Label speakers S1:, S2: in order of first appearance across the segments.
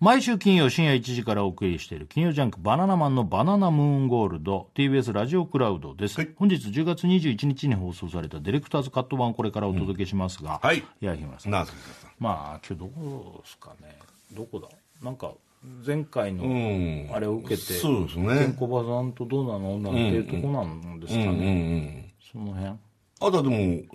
S1: 毎週金曜深夜1時からお送りしている金曜ジャンクバナナマンのバナナムーンゴールド TBS ラジオクラウドです、
S2: はい
S1: 本日10月21日に放送されたディレクターズカット版をこれからお届けしますが、
S2: はい
S1: いや日村さん
S2: なんですか
S1: まあ今日どこですかねどこだなんか前回
S2: う
S1: の
S2: ん
S1: あれを受けて、
S2: そうです
S1: ケン
S2: ね
S1: コバさんとどうなのなんていうとこなんですかね、
S2: うんうん
S1: その辺
S2: あとはでも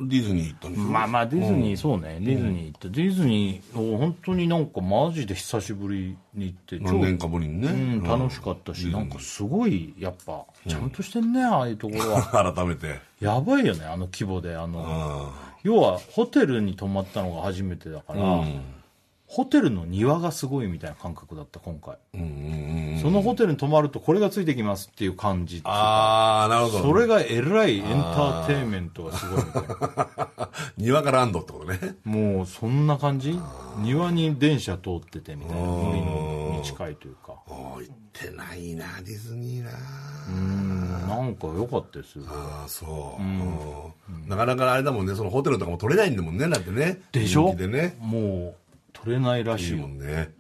S2: ディズニー行ったんでしょ
S1: まあまあディズニー、そうねディズニー行ってディズニーを本当になんかマジで久しぶりに行って
S2: 何年かぶりにね、
S1: うん、楽しかったし、なんかすごいやっぱちゃんとしてんね、ああいうところ は
S2: 改めて
S1: やばいよねあの規模であの
S2: あ
S1: 要はホテルに泊まったのが初めてだから、
S2: あうん
S1: ホテルの庭がすごいみたいな感覚だった今回、
S2: うんうんうん
S1: そのホテルに泊まるとこれがついてきますっていう感じ
S2: ああなるほど
S1: それがえらいエンターテインメントがすごいみたいな
S2: 庭からランドってことね
S1: もうそんな感じ庭に電車通っててみたいな海に近いというか
S2: ああ行ってないなディズニーな
S1: なんか良かったですよ
S2: ああそう、うんなかなかあれだもんねそのホテルとかも取れないんだもんねだってね
S1: でしょ
S2: 人気でね
S1: もう取れないらし
S2: いい
S1: いよ
S2: もんね、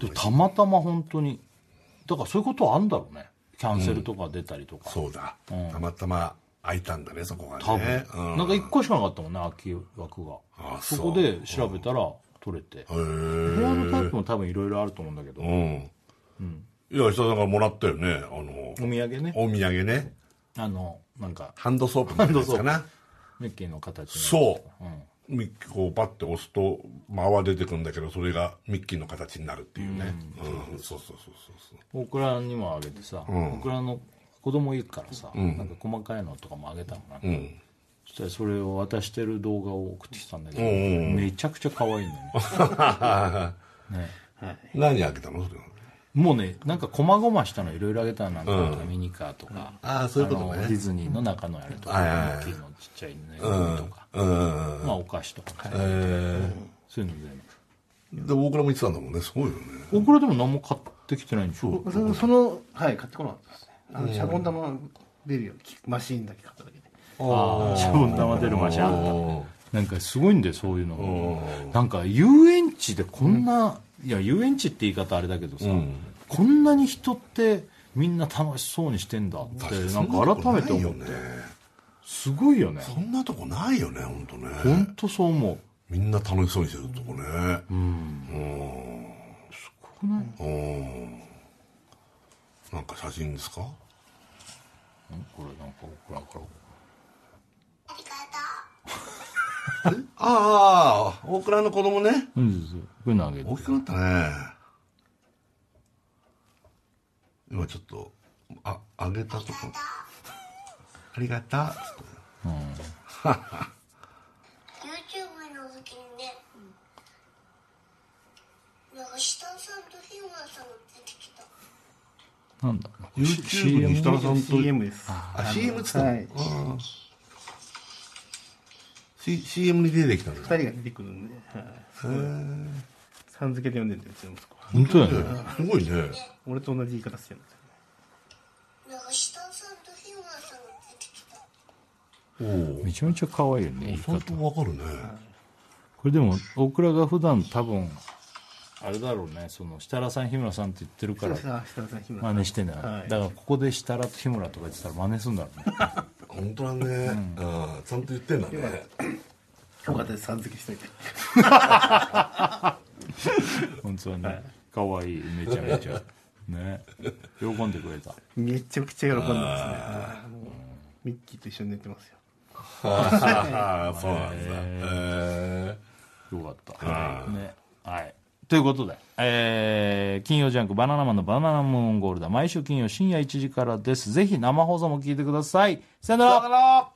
S1: でたまたま本当にだからそういうことはあんだろうねキャンセルとか出たりとか、
S2: そうだ、たまたま空いたんだねそこがね
S1: 多分、
S2: うん、
S1: なんか1個しかなかったもんね空き枠が
S2: あ
S1: そ
S2: そう
S1: こで調べたら取れて
S2: へー
S1: 部屋のタイプも多分いろいろあると思うんだけど、お
S2: うん、いや久々からもらったよねあの
S1: 土産ね
S2: お土産ね
S1: あのなんか
S2: ハンドソープみたいなやつかな
S1: ミッキーの形の
S2: そう、ミッキーこうパッて押すと泡出てくるんだけどそれがミッキーの形になるっていうね、うんそうそうそうそう
S1: オクラにもあげてさ、オクラの子供いるからさ、なんか細かいのとかもあげたのかな、そしたらそれを渡してる動画を送ってきたんだけど、めちゃくちゃ可愛いんだよね
S2: そう何開けたのそれは
S1: もうねなんか細々したのいろいろあげたのなんか、ミニカーとか、
S2: ああそういうこと
S1: あのディ
S2: ね
S1: ズニーの中のやるとか、
S2: はいはいはい
S1: ミッキーのちっちゃいぬいぐるみとか、
S2: うんうんうん
S1: まあお菓子とか、
S2: え
S1: そういうの全
S2: ーで大倉も言ってたんだもんねすごいよね
S1: 部オクラでも何も買ってきてないんでしょ
S3: そのそのはい買ってこなかったですねあのシャボン玉出るようなきマシーンだけ買っただけで
S1: ああシャボン玉出るマシンあったなんかすごいんだよそういうのがなんか遊園地でこんな、いや遊園地って言い方あれだけどさ、こんなに人ってみんな楽しそうにしてんだってなんか改め
S2: そ
S1: て
S2: んな
S1: 思
S2: と
S1: っ
S2: こ
S1: て
S2: ないよね
S1: すごいよね
S2: そんなとこないよね本当ね
S1: 本当そう思う
S2: みんな楽しそうにしてるとこね
S1: こない
S2: なんか写真ですか
S1: これなんか僕らから
S2: ああ大倉の子供ね
S1: うんそうそうこういうのあげて
S2: 大きくなったね今ちょっとああげたとこありがとう
S4: YouTube の時にね、なんか下さんと日村さんが出てきた。
S1: なんだ
S2: YouTube に設楽さんと
S3: CM です
S2: あ CM つったの、
S3: はい
S2: ああ C CM に出てきたんです
S3: 二人が出てくるんで、はい、さん付けで呼んでるんでうちの息子は
S1: 本当だよね
S2: すごいね
S3: 俺と同じ言い方してるんですよ
S4: なんか下さんと日村さんが出てきた。
S2: おお
S1: めちゃめちゃ可愛いよね言い
S2: 相
S1: 方
S2: 当わかるね
S1: これでも大倉が普段多分あれだろうねその設楽さん日村さんって言ってるか
S3: 設
S1: ら
S3: 楽さん設楽さん日村さん
S1: 真似してんだよ、
S3: はい
S1: だからここで設楽と日村とか言ってたら真似するんだろうね
S2: 本当だね、ああちゃんと言ってんだね
S3: よかったですさん付けしといて
S1: 本当はね可愛、い、いめちゃめちゃね喜んでくれた
S3: めちゃくちゃ喜んでますねはいもうミッキーと一緒に寝てますよ
S2: ああそうなんだへえ
S1: よかった、ねはいということで、えー金曜ジャンク「バナナマンのバナナムーンゴールド」毎週金曜深夜1時からですぜひ生放送も聞いてくださいさよなら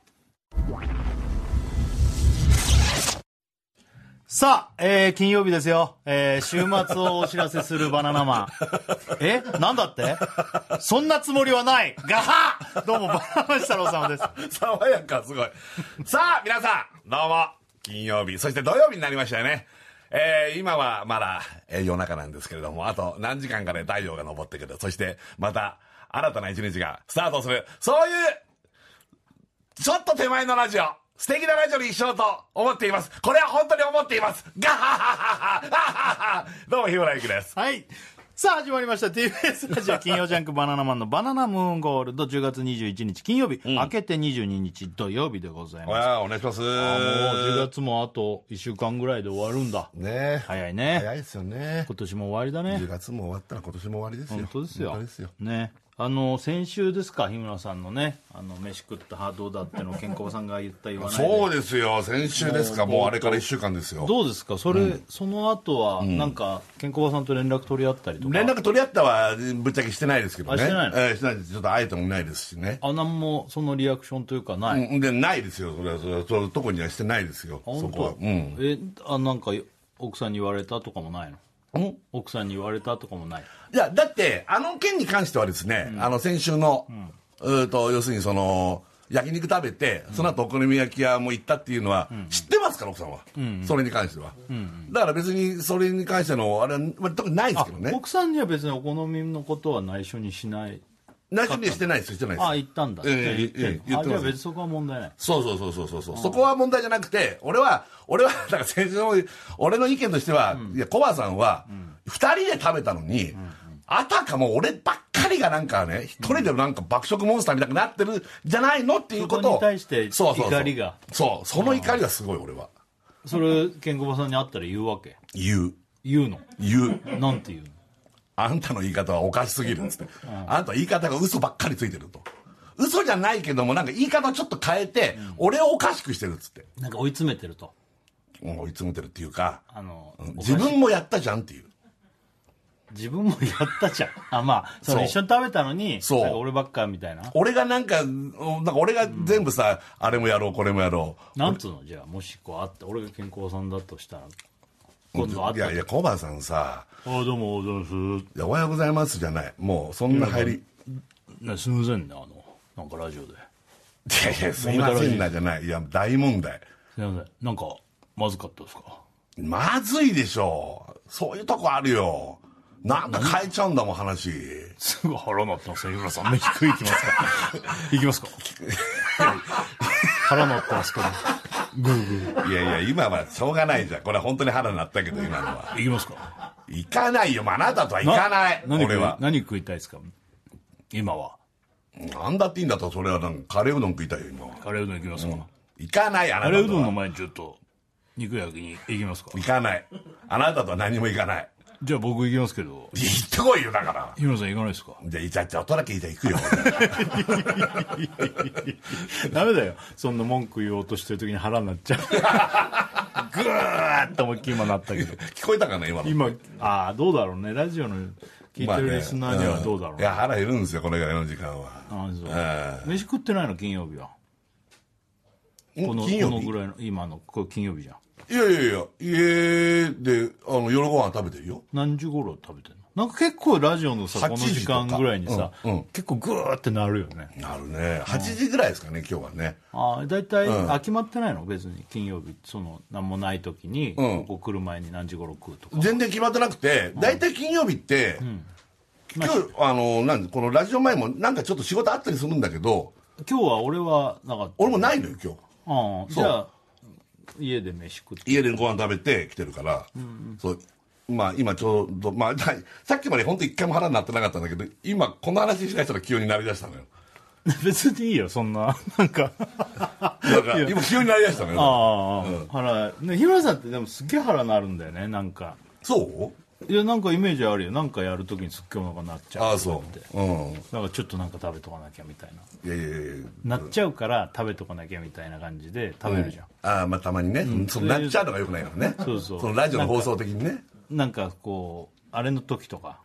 S1: さあ、えー金曜日ですよ。えー週末をお知らせするバナナマン。 えなんだってそんなつもりはないガハどうも、バナナマン設楽様です。
S2: 爽やかすごいさあ皆さんどうも金曜日そして土曜日になりましたよねえー、今はまだ、えー夜中なんですけれどもあと何時間かで太陽が昇ってくるそしてまた新たな一日がスタートするそういうちょっと手前のラジオ素敵なラジオにしようと思っています。これは本当に思っています。ガハハハハハハどうも、日村ゆきです。
S1: はい。さあ、始まりました。TBS ラジオ金曜ジャンクバナナマンのバナナムーンゴールド10月21日金曜日、明けて22日土曜日でございます。
S2: わあ、お願いします。もう
S1: もう10月もあと1週間ぐらいで終わるんだ。
S2: ね
S1: 早いね。
S2: 早いですよね。
S1: 今年も終わりだね
S2: 10。月も終わったら今年も終わりですよ。
S1: 本当ですよ。
S2: 本当ですよ。
S1: ね。あの、先週ですか、日村さんのね、あの、飯食った波動だっての健康さんが言った言わないで
S2: そうですよ。先週ですか。もうあれから1週間ですよ。
S1: どうですかそれ、その後は、なんか、健康さんと連絡取り合ったりとか。
S2: 連絡取り合ったはぶっちゃけしてないですけどね。
S1: あしてないの
S2: えーしてないです。ちょっと会えてもないですしね。
S1: あ、なんも、そのリアクションというかない。
S2: うん、で、ないですよ。それは、それは、それは特にはしてないですよ。
S1: あ
S2: そ
S1: 本
S2: こは
S1: 当。
S2: うん。
S1: えあなんか奥さんに言われたとかもないの奥さんに言われたとかもない
S2: いや、だって、あの件に関してはですね、あの、先週の、うーと、要するにその、焼肉食べて、その後お好み焼き屋も行ったっていうのは、知ってますから、奥さんは。それに関しては。だから別に、それに関しての、あれは、まあ特にないですけどね。
S1: 奥さんには別にお好みのことは内緒にしない
S2: 内緒にはしてないですよ、してないです。
S1: あ言ったんだ、
S2: ええ
S1: じゃあ言ってんの
S2: ええ言ってます
S1: あじゃあ別にそこは問題ない
S2: そうそうそうそうそうそう。そこは問題じゃなくて、俺は、俺は、だから先週の、俺の意見としては、いや、コバさんは、二、人で食べたのに、あたかも俺ばっかりがなんかね、一人でなんか爆食モンスターみたいになってるじゃないのっていうことを。
S1: そこに対して
S2: そうそうそう
S1: 怒りが。
S2: そう、その怒りがすごい俺は。
S1: それ健康さんに会ったら言うわけ
S2: 言う。
S1: 言うの
S2: 言う。
S1: なんて言うの
S2: あんたの言い方はおかしすぎるっつって。あんた言い方が嘘ばっかりついてると。嘘じゃないけども、なんか言い方をちょっと変えて、俺をおかしくしてるっつって。
S1: なんか追い詰めてると
S2: うん追い詰めてるっていうか、
S1: あの、
S2: うん
S1: おかしい
S2: 自分もやったじゃんっていう。
S1: 自分もやったじゃんあまあその
S2: そう
S1: 一緒に食べたのに
S2: そう
S1: なんか俺ばっかみたいな
S2: 俺がなんか、うんなんか俺が全部さ、あれもやろう、これもやろ
S1: なんつうのじゃあもしこう会って俺が健康さんだとしたら
S2: う。
S1: 今度会っ
S2: い
S1: た
S2: やいや、コバさんさ、
S1: ああどうもおはようございます
S2: いやおはようございますじゃない。もう、そんな入り。
S1: ね、すみませんね、あの、なんかラジオで。
S2: いやいや、すいませんなじゃない。いや、大問題。
S1: すみません、なんか、まずかったですか
S2: まずいでしょ。そういうとこあるよ。なんか変えちゃうんだもん、話。
S1: すぐ腹なってますよ、井村さん。目低いきますか いきますか腹なってますけど。グーグ
S2: いやいや、今はしょうがないじゃん。これは本当に腹なったけど、今のは。
S1: ー。いきますか
S2: 行かないよ、まああなたとは行かない。
S1: 何食
S2: 俺
S1: い
S2: は。
S1: 何食いたいですか今は。
S2: なんだっていいんだと、それはなんかカレーうどん食いたいよ、今は。
S1: カレーうどんいきますか、
S2: 行かない、あなた
S1: カ
S2: とは。
S1: レーうどんの前にちょっと、肉焼きに行きますか
S2: 行かない。あなたとは何も行かない。
S1: じゃあ僕行きますけど、
S2: いや行ってこいよ、だから。
S1: 井村さん行かないですか
S2: じゃあ、いちゃいちゃ、おとらけいちゃ行くよ。
S1: ダメだよ。そんな文句言おうとしてる時に腹になっちゃう。グーッと思いっきり今なったけど。
S2: 聞こえたかな、今の。
S1: 今ああどうだろうねラジオの聞い
S2: まあ
S1: て
S2: ね
S1: るリスナーにはどうだろう,、
S2: んいや、腹減るんですよ、これぐらいの時間は。
S1: ああ
S2: え
S1: そう飯食ってないの金曜日は
S2: ん
S1: この
S2: 金曜
S1: この
S2: 日
S1: ぐらいの今のこれ金曜日じゃん
S2: いやいやいや、家で、あの、夜ご飯食べてるよ。
S1: 何時頃食べてんのなんか結構ラジオのさ
S2: 8
S1: この時間ぐらいにさ、結構グーってなるよね
S2: なるね。8時ぐらいですかね、今日はね。
S1: ああ大体、あ決まってないの別に金曜日その何もない時に、
S2: ん
S1: ここ来る前に何時頃食うとか
S2: 全然決まってなくて、大体金曜日って、今日、あの、なんこのラジオ前もなんかちょっと仕事あったりするんだけど、
S1: 今日は俺はなかった
S2: 俺もないのよ、今日。
S1: ああじゃあ家で飯食って
S2: 家でご飯食べて来てるから、そうまあ今ちょうど、まあ、 ださっきまで本当一回も腹になってなかったんだけど今この話しだしたら急になりだしたのよ
S1: 別にいいよそんななんか
S2: だから今急になりだしたのよ
S1: ああ、腹ね日村さんってでもすっげえ腹なるんだよねなんか
S2: そう
S1: いやなんかイメージあるよなんかやるときにすっげえお腹なっちゃう
S2: ああそ
S1: って
S2: ううん
S1: なんかちょっとなんか食べとかなきゃみたいない
S2: やいやいや
S1: なっちゃうから食べとかなきゃみたいな感じで食べるじゃん、
S2: ああまあたまにね、そうなっちゃうのがよくないからね
S1: そうそう
S2: のラジオの放送的にね
S1: なんかこうあれの時とか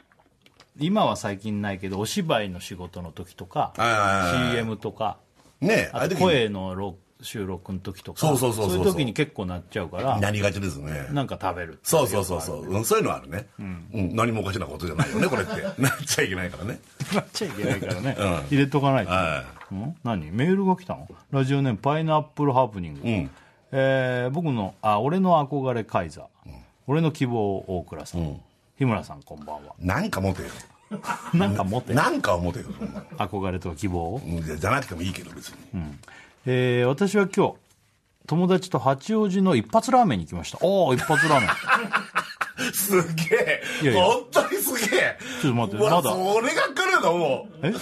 S1: 今は最近ないけどお芝居の仕事の時とか
S2: ああ
S1: CM とか
S2: ねああい
S1: あ
S2: う
S1: と
S2: 時に
S1: 声の録収録の時とか
S2: そうそうそうそう
S1: そういう時に結構なっちゃうから
S2: なりがちですね
S1: なんか食べるってい
S2: そうそうそうそう、うん、そういうのはあるね、うん何もおかしなことじゃないよね これってなっちゃいけないからね
S1: なっちゃいけないからね、入れとかないと、ん何メールが来たのラジオネームパイナップルハプニング、えー僕のあ俺の憧れカイザー、俺の希望大倉さん、日村さんこんばんは
S2: なんか持てよ
S1: なんか持って
S2: なんかは持てよ
S1: 憧れとか希望を、
S2: うんじゃじゃなくてもいいけど別に
S1: えー私は今日友達と八王子の一発ラーメンに行きましたおお一 発ラーメン
S2: すげ
S1: いや
S2: え
S1: いや
S2: 本当にすげえ
S1: ちょっと待って
S2: うわ
S1: まだ
S2: それが来るのもう
S1: え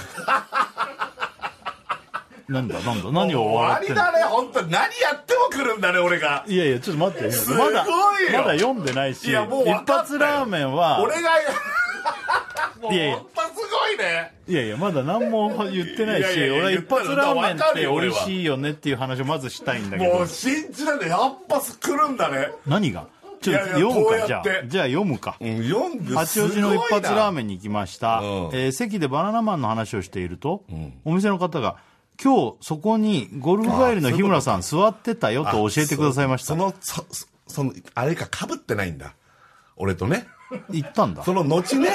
S1: なんだなんだ何を
S2: 終わ
S1: 笑って
S2: り
S1: んの
S2: だね本当に何やっても来るんだね俺が
S1: いやいやちょっと待って
S2: ごいよ
S1: まだまだ読んでないし
S2: いやもう分かっ
S1: 一
S2: たよ
S1: 発ラーメンは
S2: 俺がもう
S1: いやいや
S2: 本当すごいね
S1: いやいやまだ何も言ってないし
S2: いやいやいや
S1: 俺は一
S2: 言った
S1: 発ラーメンって
S2: らわかるよ
S1: 美味しいよねっていう話をまずしたいんだけ
S2: も
S1: ど
S2: う信じられないやっぱ来るんだね
S1: 何が
S2: い
S1: ちょっと
S2: やいや
S1: 読む
S2: こ
S1: か
S2: う
S1: じ
S2: や
S1: ゃ
S2: っ
S1: あ
S2: て
S1: じゃあ読むか
S2: うん四部
S1: 八王子の一発ラー
S2: ン
S1: メンに行きました、
S2: うん
S1: えー席でバナナマンの話をしていると、お店の方が今日そこにゴルフ帰りの日村さん座ってたよと教えてくださいました
S2: そのそそそのあれかかぶってないんだ俺とね
S1: 行ったんだ
S2: その後 ね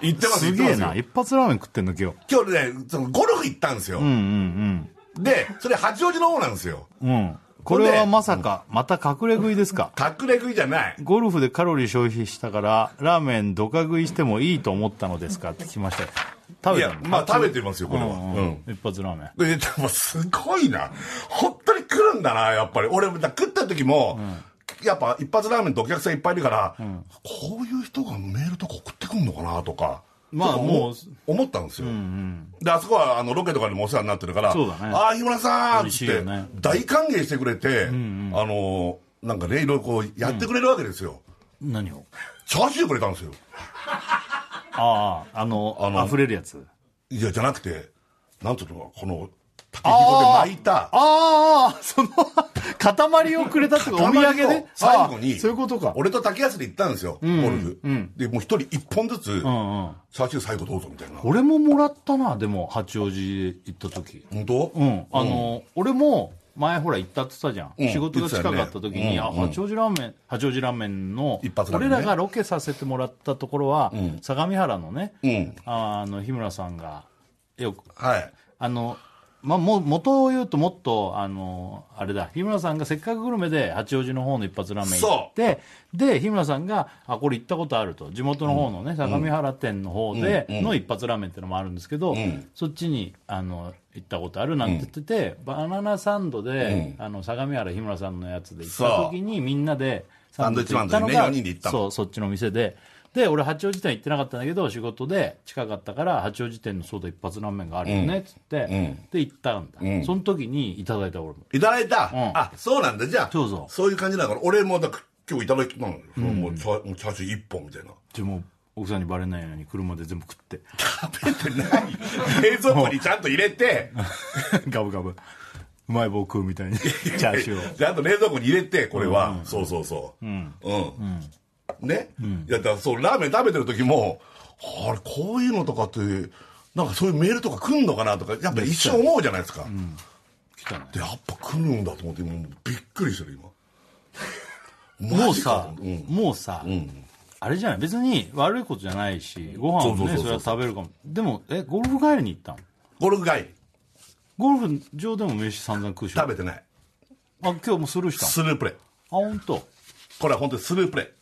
S2: 言ってます
S1: すげえな
S2: 言って
S1: 一発ラーメン食ってんの今日
S2: ますよ今日ねそのゴルフ行ったんですよ、でそれ八王子の方なんですよ
S1: うんこれ
S2: ほん
S1: は
S2: で
S1: まさか、また隠れ食いですか
S2: 隠れ食いじゃない
S1: ゴルフでカロリー消費したからラーメンドカ食いしてもいいと思ったのですかって聞きましたよ食
S2: い
S1: べ
S2: や
S1: たの
S2: まあ食べてますよこれは
S1: うん
S2: う
S1: うんん一発ラーメン
S2: で、でもすごいな。本当に来るんだな、やっぱり。俺、だ食った時も、やっぱ一発ラーメンってお客さんいっぱいいるから、こういう人がメールとか送ってくんのかな、とか。
S1: まあ
S2: ちょっと
S1: もう
S2: 思ったんですよ。で、あそこはあのロケとかでもお世話になってるから、
S1: そうだね
S2: ああ、日村さんっ
S1: 嬉
S2: つ
S1: しい
S2: って
S1: よね、
S2: 大歓迎してくれて、あのー、なんかね、いろいろこうやってくれるわけですよ。
S1: 何を
S2: チャーシューくれたんですよ。
S1: あああの
S2: あの
S1: 溢れるやつ
S2: いや、じゃなくて、なんていうのこの、竹ひごで巻いた。
S1: ああ、その塊をくれたってことお土
S2: 塊
S1: 産で
S2: と最後に
S1: ああそういうことか。
S2: 俺と竹安で行ったんですよ、ゴルフ、でもう一人一本ずつ、
S1: うんうん。
S2: チャーシュー最後どうぞみたいな
S1: 俺ももらったな、でも、八王子行った時。
S2: 本当、
S1: うん。あの、俺も、前ほら行ったって言ったじゃん。
S2: うん
S1: 仕事が近かった時に、
S2: 言ってた
S1: あ、
S2: よねうん
S1: 八王子ラーメン、八王子ラーメンの、
S2: 一発ラーメ
S1: 俺
S2: ンね
S1: らがロケさせてもらったところは、相模原のね、
S2: ん
S1: あの、日村さんが、よく、
S2: はい
S1: あの、まあ、も、元を言うともっと、あの、あれだ、日村さんがせっかくグルメで八王子の方の一発ラーメン行って、で、日村さんが、あ、これ行ったことあると、地元の方のね、相模原店の方での一発ラーメンってのもあるんですけど、そっちに、あの、行ったことあるなんて言ってて、バナナサンドで、あの、相模原日村さんのやつで行った時に、みんなで、
S2: サンドイッチマン
S1: サ
S2: で
S1: ンド
S2: ね
S1: イッチマ
S2: 4
S1: ン
S2: 人で行ったの
S1: そうそっちの店でで俺八王子店行ってなかったんだけど仕事で近かったから八王子店のソーダ一発ラーメンがあるよねっつって、で行ったんだ、その時にいただいた俺も
S2: いただいた、
S1: ん
S2: あそうなんだじゃあ
S1: どうぞ
S2: そういう感じだから俺もだ今日いただきたのよ、そのもうチャもうチャーシュー一本みたい な
S1: でも奥さんにバレないように車で全部食って
S2: 食べてない冷蔵庫にちゃんと入れて
S1: ガブガブうまい棒食うみたいに チャーシューを
S2: ちゃんと冷蔵庫に入れてこれは、そうそうそううん、ね、いやだからそうラーメン食べてる時もあれこういうのとかってなんかそういうメールとか来んのかなとかやっぱ一瞬思うじゃないですか、
S1: 来たのよ
S2: でやっぱ来るんだと思って今もうびっくりしてる今
S1: も
S2: マ
S1: う
S2: ジか
S1: さ、
S2: と思って
S1: もうさ、あれじゃない別に悪いことじゃないしご飯を
S2: そうそうそう
S1: ね
S2: そう
S1: それは食べるかもでもえゴルフ帰りに行ったの
S2: ゴルフ帰り
S1: ゴルフ場でも飯散々食うしょ
S2: 食べてない
S1: あ今日もうスルーしたの
S2: スループレイ
S1: あ本当。
S2: これは本当にスループレ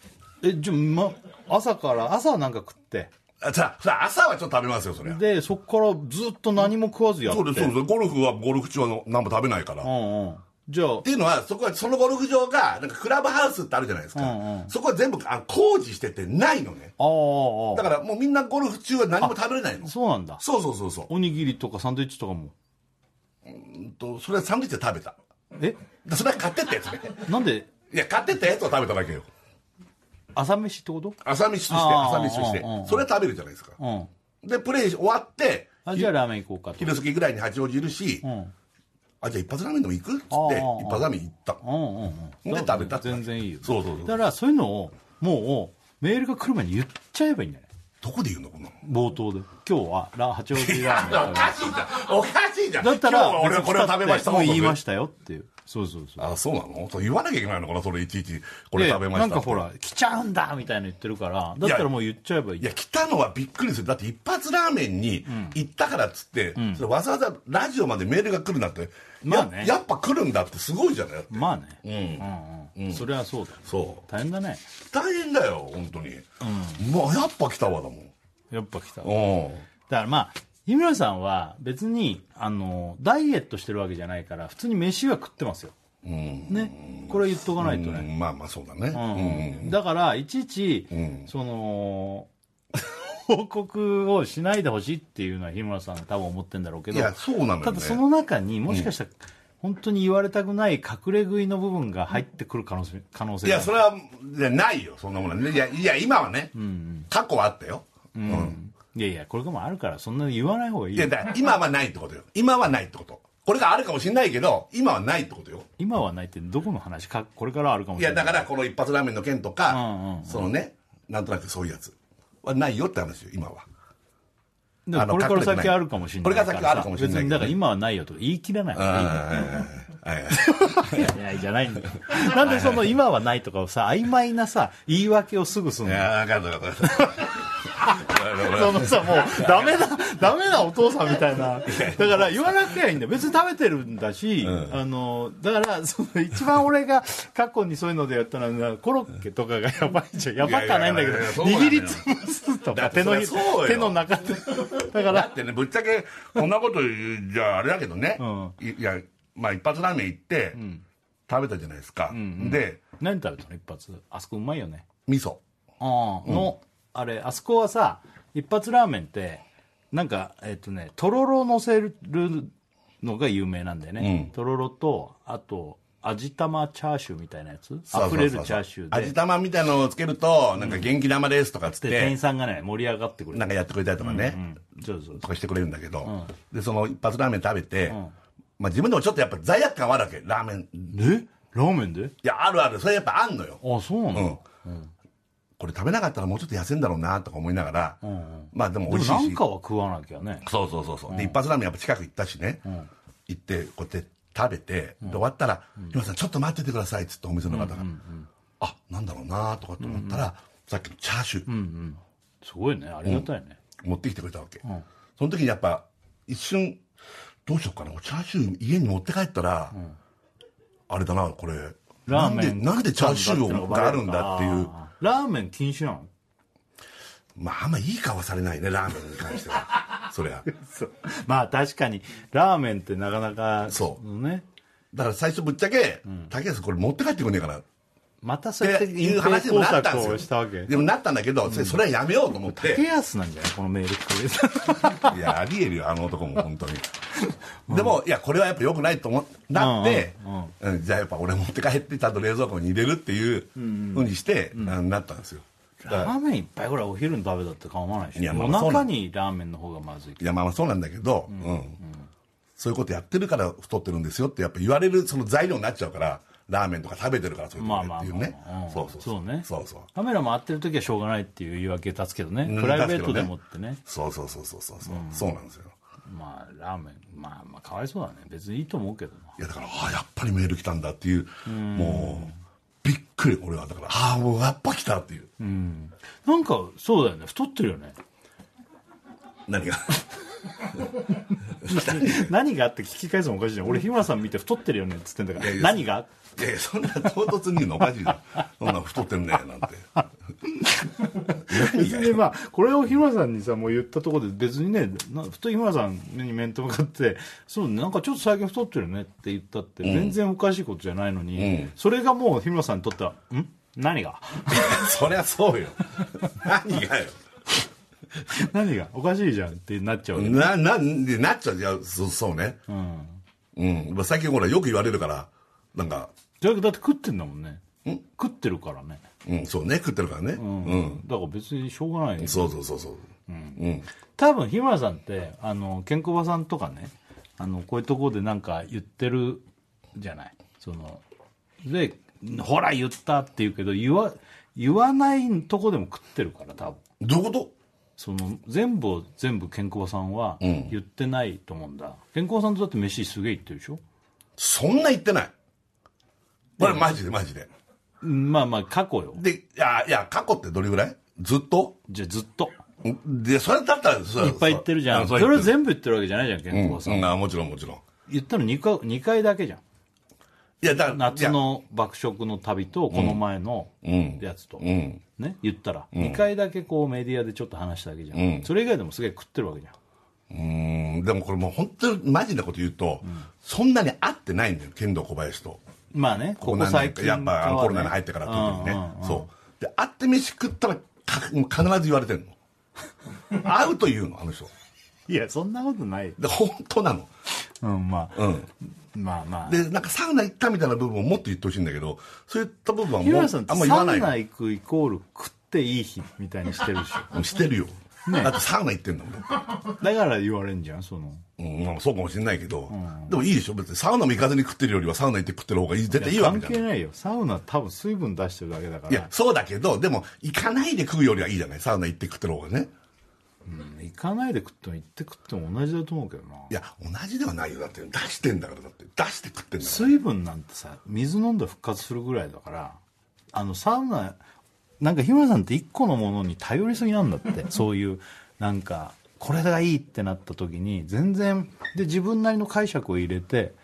S2: イ
S1: えじゃあ、ま、朝から朝はなんか食って
S2: あささ朝はちょっと食べますよそれは
S1: でそこからずっと何も食わずやって
S2: そうですそうですゴルフはゴルフ中は何も食べないから、
S1: うんうんじゃあ
S2: っていうのは、そこは、そのゴルフ場が、なんかクラブハウスってあるじゃないですか。
S1: うんうん
S2: そこは全部あ工事しててないのね。
S1: ああ
S2: だからもうみんなゴルフ中は何も食べれないの。そ
S1: そうなんだ
S2: うそうそうそう。
S1: おにぎりとかサンドイッチとかも
S2: うんと、それはサンドイッチで食べた。
S1: え
S2: でそれは買ってったやつ ね。
S1: なんで
S2: いや、買ってったやつを食べただけよ。
S1: 朝飯ってこと
S2: 朝飯として、
S1: あー
S2: 朝飯として
S1: うんうんうん。
S2: それは食べるじゃないですか。
S1: うん
S2: で、プレイ終わって、
S1: あじゃあラーメン行こうかと
S2: 昼過ぎぐらいに八王子いるし、
S1: うん
S2: あ、じゃあ一発ラーメンでも行くっつって、
S1: あー
S2: 一発ラーメン行った。
S1: うんうんうん
S2: で食べたって
S1: 全然いいよ
S2: そうそうそう
S1: だからそういうのをもうメールが来る前に言っちゃえばいいんじゃない
S2: どこで言うのこんなの。
S1: 冒頭で今日はラ八王子 ラーメン
S2: おかしいじゃん。おかしいじゃん。
S1: だった
S2: 今日は
S1: ら
S2: 俺はこれを食べました。
S1: もう言い
S2: 報告
S1: ましたよっていうそうそうそう
S2: あそうなのそう言わなきゃいけないのかなそれいちいちこれ
S1: で
S2: 食べました
S1: なんかほら来ちゃうんだみたいなの言ってるからだったらもう言っちゃえばいい
S2: いや来たのはびっくりするだって一発ラーメンに行ったからっつって、それわざわざラジオまでメールが来るなんて、
S1: まあね
S2: ややっぱ来るんだってすごいじゃない
S1: まあねうんうん、それはそうだ
S2: そう
S1: 大変だね
S2: 大変だよ本当に、もうやっぱ来たわだもん
S1: やっぱ来ただか
S2: うん
S1: らまあ日村さんは別にあのダイエットしてるわけじゃないから普通に飯は食ってますよねこれ言っとかないとね、
S2: うんまあまあそうだね、
S1: うんだからいちいち、その報告をしないでほしいっていうのは日村さん多分思ってんだろうけ
S2: い
S1: ど
S2: やそうなのよ、ね、
S1: ただその中にもしかしたら、本当に言われたくない隠れ食いの部分が入ってくる可能性可能性
S2: い
S1: が
S2: やそれはいやないよそんなものはいやいや今はね、過去はあったよ、うん
S1: いやいやこれがもうあるからそんな言わない方がいい
S2: い
S1: よ
S2: やだから今はないってことよ今はないってことこれがあるかもしれないけど今はないってことよ
S1: 今はないってどこの話かこれからあるかも
S2: い
S1: しれ
S2: や
S1: ない
S2: だからこの一発ラーメンの件と
S1: うんうん
S2: か、そのねなんとなくそういうやつはないよって話よ今は
S1: だからこれから先あるかもしれない
S2: これから先あるかもしれない
S1: 別にだから今はないよとか言い切らない方がいい
S2: はい
S1: いやいやじゃないんだよなんでその今はないとかをさ曖昧なさ言い訳をすぐすん
S2: い
S1: の
S2: や分かる分かる分か
S1: そのさもうダメなダメなお父さんみたいなだから言わなくてはいいんだよ別に食べてるんだし、あのだからその一番俺が過去にそういうのでやったのはコロッケとかがやばいじゃんやばくはないんだけど
S2: いやいやいやいや
S1: 握り潰すと
S2: だ
S1: か
S2: って
S1: 手
S2: そ
S1: の
S2: りゃ
S1: ひ
S2: そうよ
S1: 手の中でだか
S2: るだ
S1: ら
S2: って ねぶっちゃけこんなこと言うじゃあれだけどね、
S1: う
S2: いいやまあ一発ラーメン行って、食べたじゃないですか、で
S1: 何食べたの一発あそこうまいよね
S2: 味噌
S1: あーの、あれあそこはさ一発ラーメンってなんかえっ、とねとろろ乗せるのが有名なんだよね、
S2: うん
S1: とろろとあと味玉チャーシューみたいなやつ
S2: そう
S1: あ
S2: そ
S1: ふ
S2: うそう
S1: れ
S2: そう
S1: るチャーシューで
S2: 味玉みたいなのをつけるとなんか元気玉ですとかっつっ
S1: で店員
S2: て、
S1: さんがね盛り上がってくれる
S2: なんかやってくれたりとかね、
S1: うんそうそう
S2: とかしてくれるんだけど、でその一発ラーメン食べて、まあ、自分でもちょっとやっぱ罪悪感はあるわけラーメンい
S1: えラーメンで
S2: やあるあるそれやっぱあんのよ、
S1: あそうな
S2: うん
S1: の、
S2: これ食べなかったらもうちょっと痩せんだろうなとか思いながら、まあでも美
S1: で
S2: 味し
S1: もないん
S2: し
S1: かは食わなきゃね
S2: そうそうそうそう、で一発ラーメンやっぱ近く行ったしね、行ってこうやって食べて、で終わったら「今、さんちょっと待っててください」っつってお店の方が、あなんだろうなとかと思ったら、さっきのチャーシュー、
S1: すごいねありがたいね、
S2: 持ってきてくれたわけ、その時にやっぱ一瞬どうしようかなチャーシュー家に持って帰ったら、あれだなこれ
S1: ラーメン
S2: なんでなんでチャーシューをがあるんだっていう
S1: あーラーメン禁止 なの
S2: まああんまいい顔はされないねラーメンに関して はそりゃ
S1: まあ確かにラーメンってなかなか
S2: そう
S1: ね
S2: だから最初ぶっちゃけ「竹安これ持って帰ってくんねえかな」っ
S1: またそ
S2: て
S1: うやって
S2: い
S1: 隠
S2: う
S1: 蔽
S2: 話にも
S1: 工
S2: なったん
S1: 作を
S2: で
S1: し
S2: す
S1: たわ
S2: よ
S1: け
S2: でもなったんだけどそれそれはやめようと思って、
S1: ケアスなんじゃないこのメール来てくれ た
S2: いやありえるよあの男も本当にでもいやこれはやっぱ良くないと思っなって、
S1: うんう
S2: う
S1: ん
S2: んじゃあやっぱ俺持って帰ってちゃんと冷蔵庫に入れるっていうふうにして、ななったんですよだか
S1: ラ
S2: ら
S1: ーメン一杯ぐらいお昼に食べたって構わないし
S2: いやまあ
S1: 夜
S2: そうな
S1: 中
S2: の
S1: にラーメンの方がまずいけ
S2: いやまあまあそうなんだけど、うんそういうことやってるから太ってるんですよってやっぱ言われるその材料になっちゃうからラーメンとか食べてるからそういう
S1: ま
S2: と
S1: あ
S2: こねって
S1: まあ
S2: いうね
S1: まあまあ、うん
S2: そうそう
S1: そうね
S2: そうそう
S1: カメラ回ってる時はしょうがないっていう言い訳立つけどね
S2: うん
S1: プライベート
S2: 立つけどね
S1: でもってね
S2: そうそうそうそうそうそうそうなんですよ
S1: まあラーメンまあまあかわいそうだね別にいいと思うけどない
S2: やだからああやっぱりメール来たんだっていうもうびっくり俺はだからああもうやっぱ来たっていう、
S1: なんかそうだよね太ってるよね
S2: 何が
S1: 何があって聞き返すのもおかしいじゃん俺日村さん見て太ってるよねっつってんだから
S2: いや
S1: 何が
S2: いやいやそんな唐突に言うのおかしいじゃん そんな太ってんねなんて
S1: 別にまあこれを日村さんにさもう言ったところで別にねなふと日村さんに面と向かって「そうなんかちょっと最近太ってるね」って言ったって全然おかしいことじゃないのに、
S2: うん
S1: それがもう日村さんにとっては「ん何が
S2: そりゃそうよ何がよ
S1: 何がおかしいじゃん」ってなっちゃうわけ、
S2: ななんでなっちゃうじゃそそうねうん、まあ最近ほらよく言われるからなんか
S1: じゃだって食ってんだもんね食ってるからね、
S2: うんそうね食ってるからねうん、
S1: だから別にしょうがないよ
S2: そうそうそうそううん、
S1: 多分日村さんってあのケンコバさんとかねあのこういうところでなんか言ってるじゃないそのでほら言ったって言うけど言わ言わないとこでも食ってるから多分
S2: どういうこと
S1: その全部を全部ケンコバさんは言ってないと思うんだ、ケンコバさんとだって飯すげえ言ってるでしょ
S2: そんな言ってないこれマジでマジで
S1: うんまあまあ過去よ
S2: でいやいや過去ってどれぐらいずっと
S1: じゃあずっと
S2: んでそれだったらい
S1: いっぱい言ってるじゃんそ
S2: それ
S1: れを
S2: 全
S1: 全部言ってるわけじゃないじゃんケンコバさん、
S2: うん、あもちろんもちろん
S1: 言ったの 2, 回2回だけじゃん
S2: いやだから
S1: 夏の爆食の旅とこの前のやつと、
S2: ん
S1: ね、言ったら、2回だけこうメディアでちょっと話しただけじゃん、それ以外でもすげえ食ってるわけじゃ
S2: う
S1: ん
S2: んでもこれもう本当にマジなこと言うと、そんなに会ってないんだよ剣道小林と
S1: まあね、ここ
S2: 何年
S1: 最
S2: か
S1: 近
S2: やっぱ
S1: かはね
S2: コロナに入ってから特にね、
S1: うんうんうん
S2: そうで会って飯食ったらかもう必ず言われてるの 会うというのあの人
S1: いや、そんなことない。
S2: で本当なの
S1: うん、まあ、
S2: うん
S1: まあまあ。
S2: でなんかサウナ行ったみたいな部分をもっと言ってほしいんだけどそういった部分は
S1: 日
S2: もうあ
S1: 村
S2: ん
S1: さんって
S2: ま
S1: サ
S2: 言わ
S1: ウ
S2: ない
S1: ナ行くイコール食っていい日みたいにし てるでしょ。
S2: うんしてるよ、
S1: ね
S2: だってサウナ行ってんだもん
S1: だから言われんじゃん、その。
S2: うん、まあそうかもしれないけど、でもいいでしょ別にサウナも行かずに食ってるよりはサウナ行って食ってる方がいい絶対いいわ
S1: 関
S2: みたい
S1: 係
S2: な
S1: ないよ。サウナ多分水分出してるだけだから。
S2: いやそうだけどでも行かないで食うよりはいいじゃないサウナ行って食ってる方がね
S1: 行かないで食っても行って食っても同じだと思うけどな。
S2: いや同じではないよだって出してんだからだって出して食ってんだから
S1: 水分なんてさ、水飲んだら復活するぐらいだから、あの、サウナ、なんか日村さんって一個のものに頼りすぎなんだ って。そういう、なんか、これがいいってなった時に、全然、で、自分なりの解釈を入れて、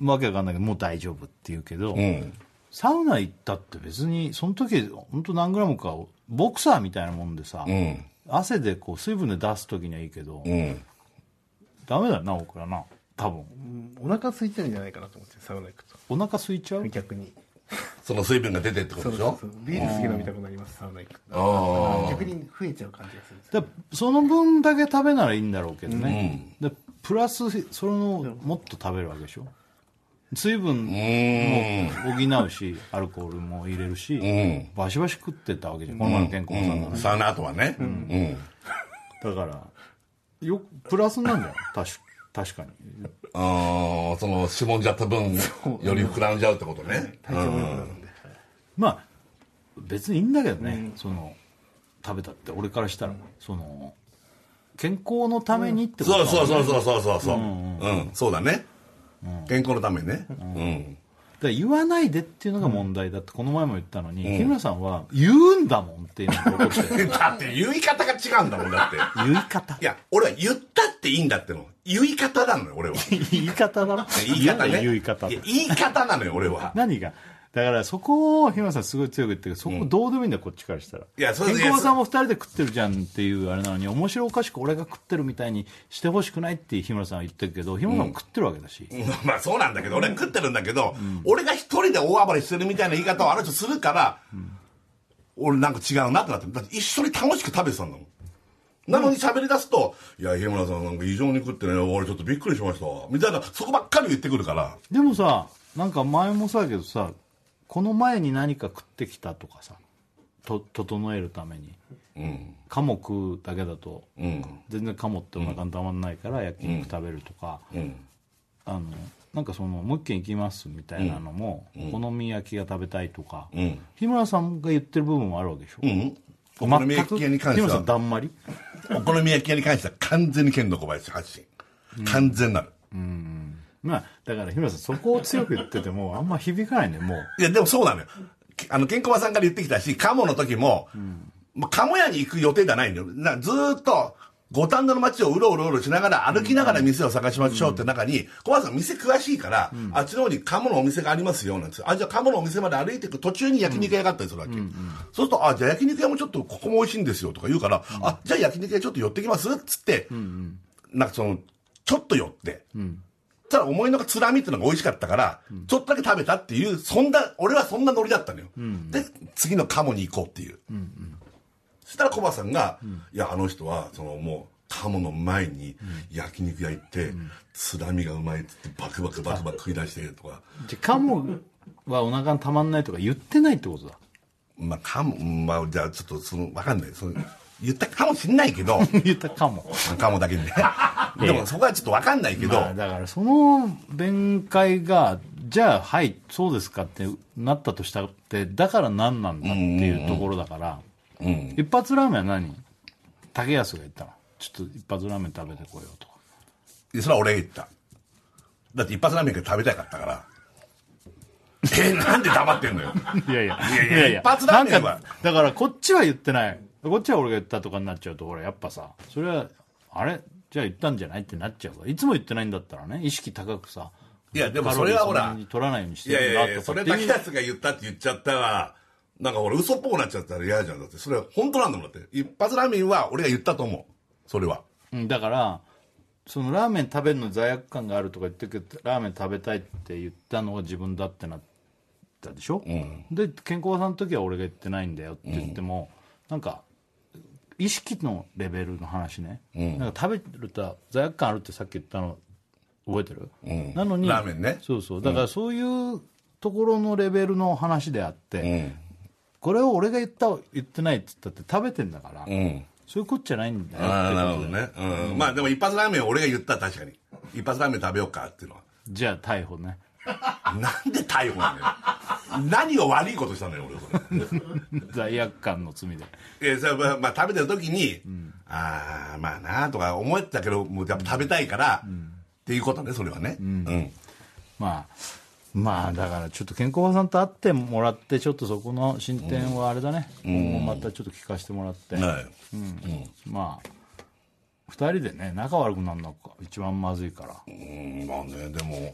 S1: わけわかんないけど、もう大丈夫って言うけど、
S2: うん
S1: サウナ行ったって別にその時本当何グラムかをボクサーみたいなもんでさ、
S2: うん
S1: 汗でこう水分で出す時にはいいけど、
S2: うん
S1: ダメだよな僕らな多分
S3: うんお腹空いてるんじゃないかなと思ってサウナ行くと
S1: お腹空いちゃう
S3: 逆に
S2: その水分が出てってことでしょ
S3: そうビール好きなみたくなりますサウナ行くと
S2: あ
S3: 逆に増えちゃう感じがするんですよ
S1: だその分だけ食べならいいんだろうけどね、でプラスそれのもっと食べるわけでしょ水分も補うし補うしアルコールも入れるし、
S2: ん
S1: バシバシ食ってったわけじゃんこの前の健康さんが
S2: あサウナ後はねうん
S1: だからよくプラスなんだよ確確かに
S2: ああそのしぼんじゃった分より膨らんじゃうってことね
S3: 体調も良くなるんで
S1: まあ別にいいんだけどね、その食べたって俺からしたら、その健康のためにってことだ
S2: そ
S1: も
S2: うんそうそうそうそうそうそううんそうだね健康のためにねうん
S1: だから言わないでっていうのが問題だってこの前も言ったのに、日村さんは言うんだもんっていうのが怒ってる
S2: だって言い方が違うんだもんだって
S1: 言い方
S2: いや俺は言ったっていいんだっての言い方なのよ俺は
S1: 言い方だろ
S2: 言い方
S1: 嫌
S2: ね
S1: な言い方
S2: いや言い方なのよ俺 は
S1: 何がだからそこを日村さんすごい強く言ってるけどそこどうでもいいんだよ、こっちからしたら
S2: いやそう
S1: 健康さんも2人で食ってるじゃんっていうあれなのに面白おかしく俺が食ってるみたいにしてほしくないって日村さんは言ってるけど日村さんも食ってるわけだし、
S2: うんまあそうなんだけど俺は食ってるんだけど、俺が一人で大暴れしてるみたいな言い方をあの人するから、俺なんか違うなってなってだって一緒に楽しく食べてたんだもんなのに喋り出すと「いや日村さんなんか異常に食ってね俺ちょっとびっくりしました」みたいなそこばっかり言ってくるから
S1: でもさなんか前もそうだけどさこの前に何か食ってきたとかさと整えるために
S2: うん
S1: 鴨食うだけだと
S2: うん
S1: 全然鴨ってお腹にたまんないから焼肉食べるとか、
S2: うん
S1: あのなんかそのもう一軒行きますみたいなのも、お好み焼きが食べたいとか、
S2: うん
S1: 日村さんが言ってる部分もあるわけでしょ、
S2: うんお好み焼き屋に関
S1: 日
S2: して
S1: 村さん
S2: は
S1: だんまり
S2: お好み焼き屋に関しては完全に剣の小林発信完全なる、
S1: まあだから日村さんそこを強く言って てもあんま響かないねもう
S2: いや、でもそうなのよ。けあの、ケンコバさんから言ってきたし、カモの時も、まあカモ屋に行く予定ではないんだよ。なずーっと、五反田の街をうろうろうろしながら歩きながら店を探しましょうって中に、小林さん店詳しいから、あっちの方にカモのお店がありますよ、なんですよ。あ、じゃあカモのお店まで歩いていく途中に焼肉屋があったりするわけ。そうすると、あ、じゃあ焼肉屋もちょっとここも美味しいんですよとか言うから、あ、じゃあ焼肉屋ちょっと寄ってきますっつって、なんかその、ちょっと寄って、ただ思いのがつらみっていうのが美味しかったから、ちょっとだけ食べたっていう、そんな、俺はそんなノリだったのよ。で、次のカモに行こうっていう。そしたらコバさんが、いや、あの人は、そのもう、カモの前に焼肉屋行って、つらみがうまいっつってバクバクバクバク食い出してとか、
S1: じゃあ鴨はお腹にたまんないとか言ってないってことだ
S2: まあ、カモ、まあ、じゃあちょっとその、わかんない。その言ったかもしんないけど、
S1: 言ったかも
S2: カモだけ にね。でもそこはちょっとわかんないけど、
S1: まあだからその弁解がじゃあはいそうですかってなったとしたってだから何なんだっていうところだから、一発ラーメンは何竹安が言ったのちょっと一発ラーメン食べてこようとか
S2: でそれは俺が言っただって一発ラーメンが食べたかったから えなんで黙ってんのよ
S1: いやいや
S2: いやいや一発ラーメンは
S1: なんかだからこっちは言ってないこっちは俺が言ったとかになっちゃうとほらやっぱさそれはあれじゃあ言ったんじゃないってなっちゃうからいつも言ってないんだったらね意識高くさ
S2: いやでもそれはほ
S1: カロリーそ
S2: ら
S1: んなに取らないようにし
S2: い
S1: て
S2: やい
S1: るん
S2: や
S1: だ
S2: いや
S1: と
S2: それ
S1: かって
S2: 滝
S1: いう
S2: 達が言ったって言っちゃったらなんかほら嘘っぽくなっちゃったら嫌じゃんだってそれは本当なんだもんだって一発ラーメンは俺が言ったと思うそれは
S1: うんだからそのラーメン食べるの罪悪感があるとか言ってるけどラーメン食べたいって言ったのが自分だってなったでしょ、で健康さんの時は俺が言ってないんだよって言っても、なんか意識のレベルの話ね、なんか食べると罪悪感あるってさっき言ったの覚えてる、なのに
S2: ラーメンね
S1: そうそうだからそういうところのレベルの話であって、これを俺が言った言ってないっつったって食べてんだから、
S2: うん
S1: そういうことじゃないんだよ
S2: ああ
S1: って
S2: なる
S1: こ
S2: ほ
S1: と
S2: ど
S1: で
S2: ね、うんまあでも一発ラーメン俺が言ったら確かに一発ラーメン食べようかっていうのは
S1: じゃあ逮捕ね
S2: なんで逮捕なのよ何を悪いことしたのよ俺はそれ
S1: 罪悪感の罪で
S2: えそれはまあ食べてる時に、ああまあなとか思ってたけどもうやっぱ食べたいから、っていうことねそれはねうん、
S1: まあまあだからちょっと健康さんと会ってもらってちょっとそこの進展はあれだね、今後またちょっと聞かせてもらって、
S2: はい
S1: まあ2人でね仲悪くなるのが一番まずいから
S2: うんまあねでも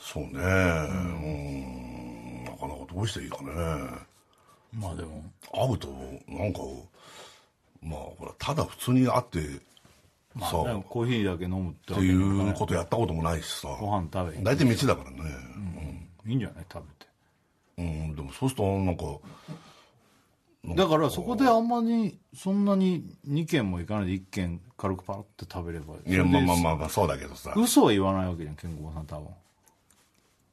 S2: そうねうんなかなかどうしていいかね
S1: まあでも
S2: 会うとなんかまあほらただ普通に会ってさ、
S1: でもコーヒーだけ飲むって
S2: っていうことやったこともないしさ
S1: ご飯食べに
S2: 大体道だからね
S1: いいんじゃない食べて
S2: うん、でもそうするとなんか
S1: だからそこであんまりそんなに2軒も行かないで1軒軽くパラッて食べれば
S2: いやまあまあまあまあそうだけどさ
S1: 嘘は言わないわけじゃん健康さん多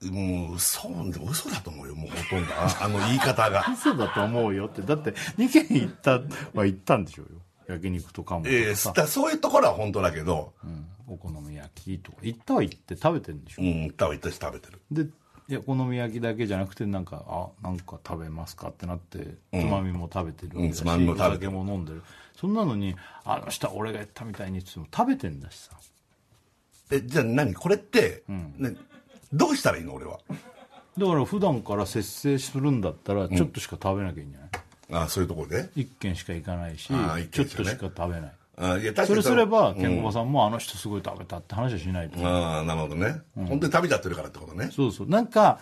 S1: 分
S2: もう嘘でも嘘だと思うよもうほとんどあ あの言い方が
S1: 嘘だと思うよってだって2軒行ったは行ったんでしょうよ焼肉とかもと
S2: ええ
S1: かさ、
S2: だそういうところは本当だけど
S1: うん、お好み焼きとか行ったは行って食べてるんでしょ
S2: うん多分行ったし食べてる
S1: でいやお好み焼きだけじゃなくてなんかあなんか食べますかってなってつまみも食べてるわけだし、
S2: うんつまみも食べてる
S1: お酒も飲んでるそんなのにあの人は俺が言ったみたいにっても食べてんだしさ
S2: えじゃあ何これって、ね、どうしたらいいの俺は
S1: だから普段から節制するんだったらちょっとしか食べなきゃいいんじゃない、
S2: あそういうところで
S1: 一1軒しか行かないし、
S2: あー一
S1: ちょ
S2: 軒
S1: っ
S2: しか
S1: と
S2: ね
S1: しか食べない
S2: あいや確かに
S1: それすれば健康さんもあの人すごい食べたって話はしないと思う
S2: ああなるほどね、本当に食べちゃってるからってことね
S1: そうそうなんか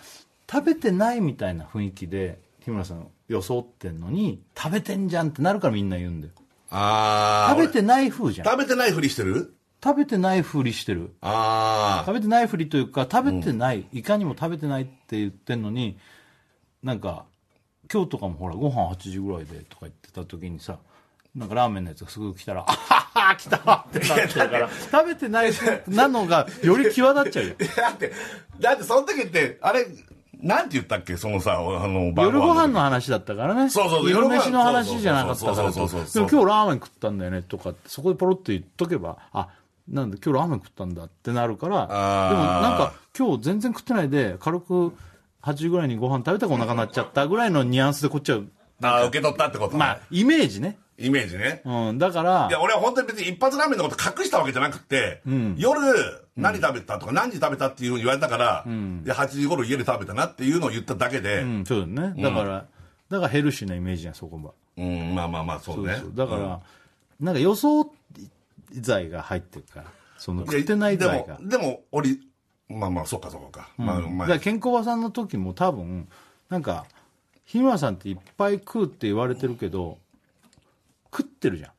S1: 食べてないみたいな雰囲気で日村さん装ってんのに食べてんじゃんってなるからみんな言うんだよ
S2: ああ
S1: 食べてない風じゃん
S2: 食べてないふりしてる
S1: 食べてないふりしてる
S2: ああ
S1: 食べてないふりというか食べてない、いかにも食べてないって言ってんのになんか今日とかもほらご飯8時ぐらいでとか言ってた時にさなんかラーメンのやつがすぐ来たら「あはは来た!」って なってるから食べてないなのがより際立っちゃうよ
S2: だってだってその時ってあれなんて言ったっけそのさあの晩
S1: 夜ご飯
S2: 時
S1: の話だったからね
S2: そうそうそう
S1: 夜
S2: 夜ご飯
S1: 飯の話じゃなかったから
S2: そうそうそうそう
S1: でも今日ラーメン食ったんだよねとかってそこでポロって言っとけばあなんで今日ラーメン食ったんだってなるからでも
S2: あー
S1: なんか今日全然食ってないで軽く8時ぐらいにご飯食べたらお腹なっちゃったぐらいのニュアンスでこっちは
S2: ああ受け取ったってこと
S1: まあイメージね、
S2: イメージね
S1: うん、だから
S2: いや、俺は本当に別に一発ラーメンのこと隠したわけじゃなくて、夜、何食べたとか何時食べたっていうふうに言われたから、で、8時頃家で食べたなっていうのを言っただけで、う、
S1: うんん、そうだよねだから、だからヘルシーなイメージじゃんそこは
S2: まあまあまあ、そうね。
S1: そうだから、なんか予想罪が入ってるからその食ってない
S2: で
S1: 罪
S2: も
S1: が、
S2: でも、俺、まあまあ、そっかそっか。まあま
S1: だ
S2: あ
S1: から健康場さんの時も多分なんか日村さんっていっぱい食うって言われてるけど食ってるじゃん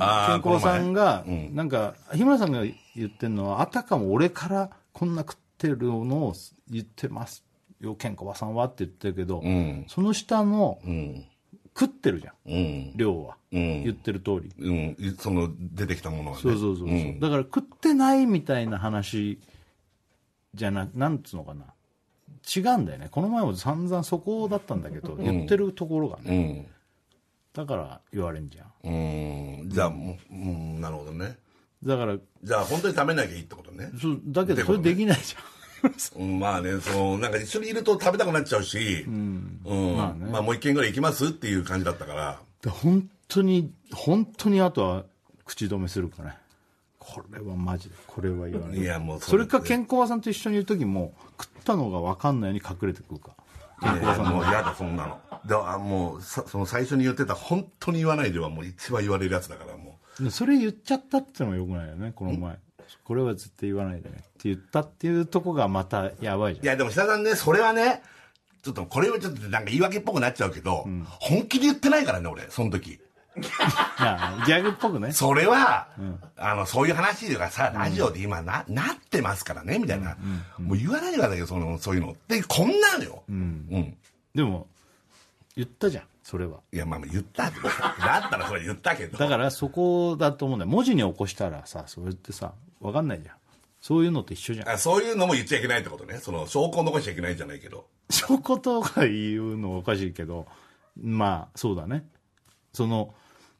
S2: あー
S1: 健康さんが
S2: この前うん
S1: なんか日村さんが言ってるのはあたかも俺からこんな食ってるのを言ってますよ健康場さんはって言ってるけど、
S2: ん
S1: その下の
S2: うん。
S1: 食ってるじゃん
S2: うん。
S1: 量は、
S2: うん
S1: 言ってる通り
S2: うん。その、出てきたものはね。
S1: そうそうそうそう、
S2: ん
S1: だから食ってないみたいな話じゃななんつうのかな違うんだよねこの前も散々そこだったんだけど、言ってるところがね、
S2: うん。
S1: だから言われんじゃん
S2: うん。じゃあ、もう、うん、なるほどね。
S1: だから
S2: じゃあ、本当に食べなきゃいいってことね。
S1: そうだけ
S2: で
S1: ど
S2: も
S1: そ
S2: ね
S1: れできないじ
S2: うんまあね、そのなんか一緒にいると食べたくなっちゃうし、うんま
S1: ま
S2: あ
S1: あね
S2: もう一軒ぐらい行きますっていう感じだったから、
S1: ゃん、本当に本当にあとは口止めするかねこれはマジでこれは言わない
S2: いやもう
S1: それか健康屋さんと一緒にいる時も食ったのが分かんないように隠れてくるか
S2: 康さんもう嫌だ、そんなの。であもうさ、その最初に言ってた、本当に言わないでは、もう一番言われるやつだから、も
S1: でそれ言っちゃったってのもよくないよねこの前これは絶対言わないでねって言ったっていうとこがまたやばいじ
S2: う。いや、でも、下さんね、それはね、ちょっと、これはちょっとなんか言い訳っぽくなっちゃうけど、本気で言ってないからね、俺、その時。
S1: ああギャグっぽくね
S2: それは、あの、そういう話というかさ、ラジオで今な、なってますからね、みたいな。もう言わないでくださいよ、その、そういうの。で、こんなのよ。うん。
S1: でも言ったじゃんそれはい
S2: や、まあまあ言ったけど。 だったらそれ言ったけど。
S1: だからそこだと思うんだよ文字に起こしたらさそれってさ分かんないじゃんそういうのと一緒じゃん
S2: あそういうのも言っちゃいけないってことね。その、証拠を残しちゃいけないんじゃないけど。
S1: 証拠とか言うのはおかしいけどまあそうだねその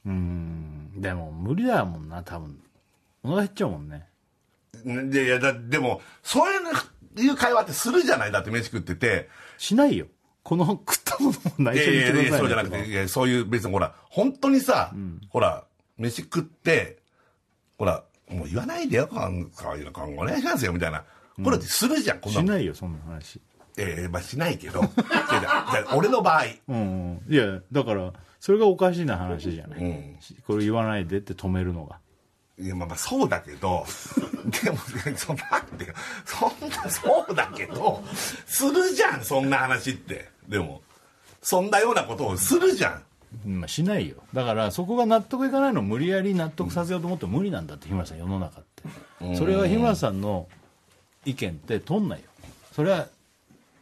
S1: うーんでも無理だもんな多分お腹減っちゃうもんね
S2: んでいや、だでも、そういうの、いう会話ってするじゃないだって飯食ってて。
S1: しないよこの食ったものも内
S2: いや
S1: 緒
S2: いやい
S1: にしてく
S2: や、
S1: だ
S2: そうじゃ
S1: さ
S2: ないく
S1: ね
S2: て、いや、そういう別にほら、本当にさ、ほら、飯食って、ほら、もう言わないでよ、今今後今後お願いしますよ、みたいな。これってするじゃん、こんな
S1: し
S2: の
S1: ないよそんな話
S2: ええまあしないけど。 違う違うじゃあ俺の場合。
S1: うんうんいやだからそれがおかしな話じゃない、
S2: うん
S1: これ言わないでって止めるのが
S2: いや、まあまあそうだけど、 でも、その待ってよ。そんな、そうだけど、するじゃん、そんな話って。でも、そんなようなことをするじゃん。
S1: まあ、しないよだからそこが納得いかないのを無理やり納得させようと思っても無理なんだって日村さん世の中ってそれは日村さんの意見って取んないよそれは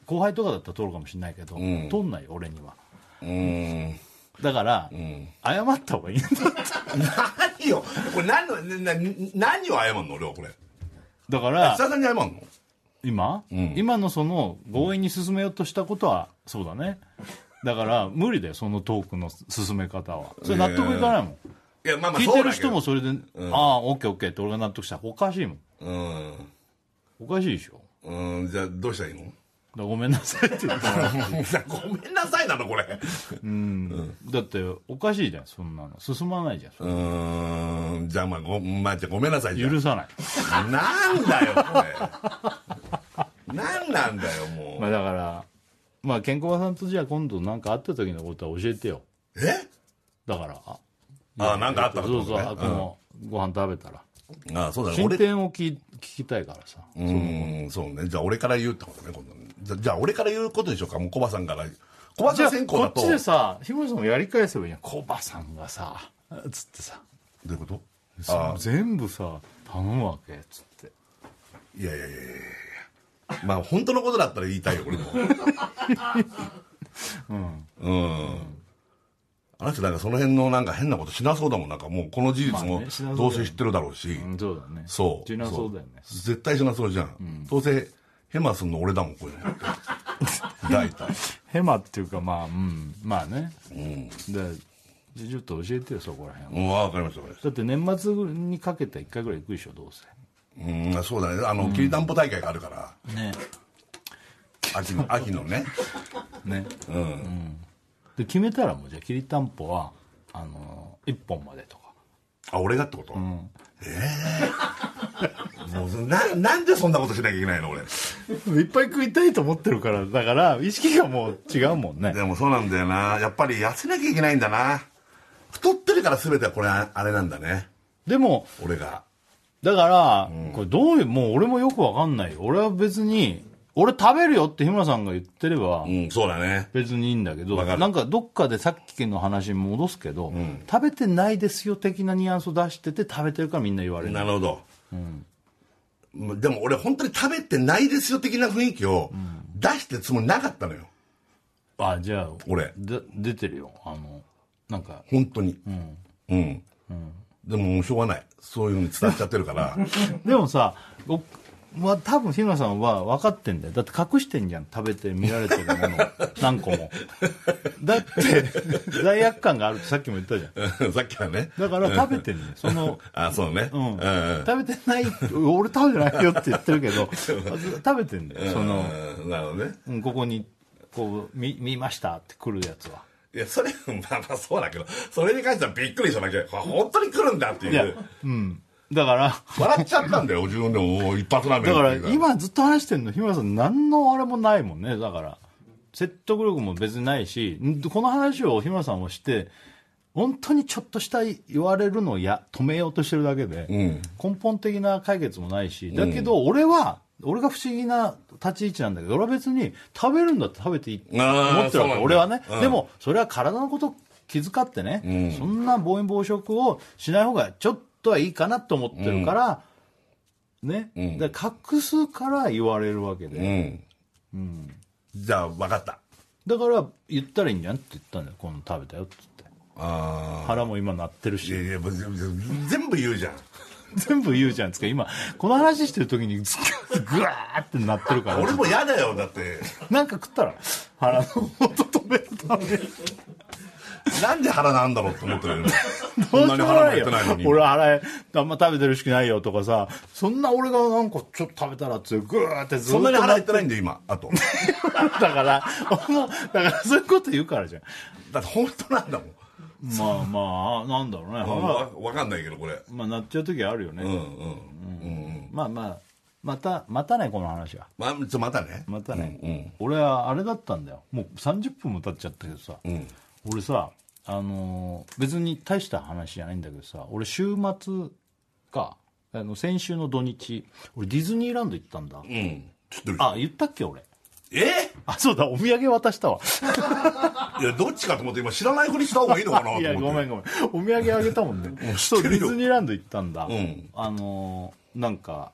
S1: 後輩とかだったら取るかもしれないけど、
S2: ん
S1: 取んないよ俺には
S2: うーん。
S1: だから、
S2: ん
S1: 謝った方がいいんだって
S2: 何よ。これ何の、な、な何を謝んの俺はこれ。
S1: だ
S2: 久
S1: から
S2: 々に謝んの
S1: 今、
S2: ん
S1: 今のその強引に進めようとしたことはそうだねだから無理だよそのトークの進め方はそれ納得いかないもん、
S2: いや、まあまあ
S1: 聞い
S2: そ
S1: て
S2: うだ
S1: る
S2: けど
S1: 人もそれで、ああオッケーオッケーって俺が納得したらおかしいもん
S2: うん。
S1: おかしいでしょ
S2: うん、じゃあどうしたらいいの
S1: だからごめんなさいって言ったら
S2: ごめんなさいなの、これ。
S1: だっておかしいじゃんそんなの進まないじゃんそう
S2: ーん、じゃあまあ、ご、まあ、じゃあごめんなさい、じゃ
S1: れ
S2: あ
S1: 許さない、
S2: なんだよこれなんなんだよもう、
S1: まあ、だからまあ健康さんとじゃあ今度なんか会った時のことは教えてよ
S2: え
S1: だからあ
S2: あなんかあったって
S1: そう
S2: こと
S1: そう
S2: ね
S1: あこのご飯食べたら
S2: あそうだね
S1: 進
S2: 俺
S1: 展を聞聞きたいからさ
S2: うーんそうねじゃあ俺から言うってことね今度じゃじゃあ俺から言うことでしょうかもうコバさんからコバ
S1: じ
S2: さ
S1: ゃ
S2: ん
S1: あ
S2: 先行
S1: こ
S2: だ
S1: っ
S2: と
S1: ちでさ日村さんもやり返せばいいじゃんコバさんがさつってさ
S2: どういうことあ
S1: 全部さ頼むわけつって
S2: いやいやいやいやいやまあ本当のことだったら言いたいよ 俺もうんあの人なんかその辺のなんか変なことしなそうだもんなんかもうこの事実
S1: まあ
S2: も
S1: ねしなそうだ
S2: ど
S1: よ
S2: うせ知ってるだろうし、
S1: うんそうだね
S2: そう。
S1: 柔軟そうだよね
S2: そう絶対しなそうじゃん。どうせ、ヘマすんの俺だもん、 こういうの。大体。
S1: ヘマっていうかまあうんまあね
S2: うん。
S1: でじゃあちょっと教えてよそこら辺
S2: うん、わかりました、わかりまし
S1: だって年末にかけて1回ぐらい行くでしょどうせ
S2: た。うん、そうだね。あの、きりたんぽ大会があるから、
S1: ね
S2: 秋の、秋のね。
S1: ね
S2: うん。
S1: で決めたらもうじゃあきりたんぽはあの1本までとか
S2: あ、俺がってことええ。もう、な、なんでそんなことしなきゃいけないの、俺。
S1: いっぱい食いたいと思ってるからだから意識がもう違うもんね
S2: でもそうなんだよな。やっぱり痩せなきゃいけないんだな。太ってるから全てはこれ、ああれなんだね。
S1: でも
S2: 俺が。
S1: だから、これどういうもう俺もよくわかんないよ俺は別に俺食べるよって日村さんが言ってれば、
S2: うん、そうだね。
S1: 別にいいんだけど
S2: わかる
S1: なんかどっかでさっきの話に戻すけど、食べてないですよ的なニュアンスを出してて食べてるからみんな言われる
S2: なるほど、までも俺本当に食べてないですよ的な雰囲気を出してるつもりなかったのよ
S1: あじゃあ
S2: 俺
S1: で出てるよあのなんか
S2: 本当にうん、でももうしょうがないそういうのに伝わっちゃってるから
S1: でもさ僕まあ、多分日村さんは分かってんだよだって隠してんじゃん食べて見られてる もの何個もだって罪悪感があるってさっきも言ったじゃん
S2: さっきはね
S1: だから食べてんだよその
S2: あそうねう
S1: うん
S2: ん、うん
S1: 食べてない俺食べてないよって言ってるけ ど食べてんだよその
S2: うんなるほどね
S1: うんここにこう見見ましたって来るやつはい
S2: やそれまあまあそうだけどそれに関してはびっくりしただけあ本当に来るんだって
S1: いや
S2: いう
S1: うんだから
S2: 笑っちゃったんだよ自分でもおー一発ラーメン
S1: だから
S2: っていう
S1: 今ずっと話してるの日村さん何のあれもないもんねだから説得力も別にないしんこの話を日村さんをして本当にちょっとしたい言われるのをや止めようとしてるだけで、
S2: ん
S1: 根本的な解決もないしだけど俺は、俺が不思議な立ち位置なんだけど俺は別に食べるんだって食べていい
S2: あー
S1: 思ってる
S2: そう
S1: わ
S2: なん
S1: け
S2: だ
S1: 俺はね、
S2: うん
S1: でもそれは体のこと気遣ってね、そんな暴飲暴食をしない方がちょっとはいいかなと思ってるから、ね、だから隠すから言われるわけで、
S2: うん。じゃあ、分かった。
S1: だから言ったらいいんじゃんって言ったんだよ今度食べたよって言って
S2: あ
S1: 腹も今鳴ってる
S2: ーいや
S1: し
S2: いや、ぶ全部言うじゃん。
S1: 全部言うじゃないですか今この話してる時にずぐわーって鳴ってるから
S2: 俺も嫌だよ、だって。
S1: なんか食ったら腹の音止めるため
S2: なんで腹なんだろうって思ってる よね
S1: ど
S2: そ
S1: うんし
S2: な
S1: よ
S2: に
S1: うも
S2: 腹減
S1: ない
S2: っ
S1: よ
S2: てないのに。
S1: 俺腹あんま食べてるしないよとかさそんな俺がなんかちょっと食べたらってぐーって
S2: そ
S1: ずっと
S2: んなに腹減って
S1: な
S2: ないんだよ、今。あと。
S1: だから 俺もだからそういうこと言うからじゃん
S2: だって本当なんだもん。
S1: まあまあなんだろうね
S2: わ
S1: 腹
S2: わかんないけど、これ。
S1: まあ鳴っちゃう時あるよね、
S2: うんうん。
S1: まあまあまたまたねこの話は
S2: まあ、ちょ、またね。
S1: またね、
S2: うんうん
S1: 俺はあれだったんだよもう30分も経っちゃったけどさ、
S2: ん
S1: 俺さあのー別に大した話じゃないんだけどさ俺週末かあの先週の土日俺ディズニーランド行ったんだ、
S2: うん。ちょっと
S1: あ言ったっけ俺
S2: え
S1: あそうだお土産渡したわ
S2: いや、どっちかと思って、今知らないふりした方がいいのかなと思っ
S1: い
S2: て。
S1: やごめんごめんお土産あげ たもんねそう
S2: 知
S1: デ
S2: ってるよ
S1: ィズニーランド行ったんだ、
S2: ん
S1: あのーなんか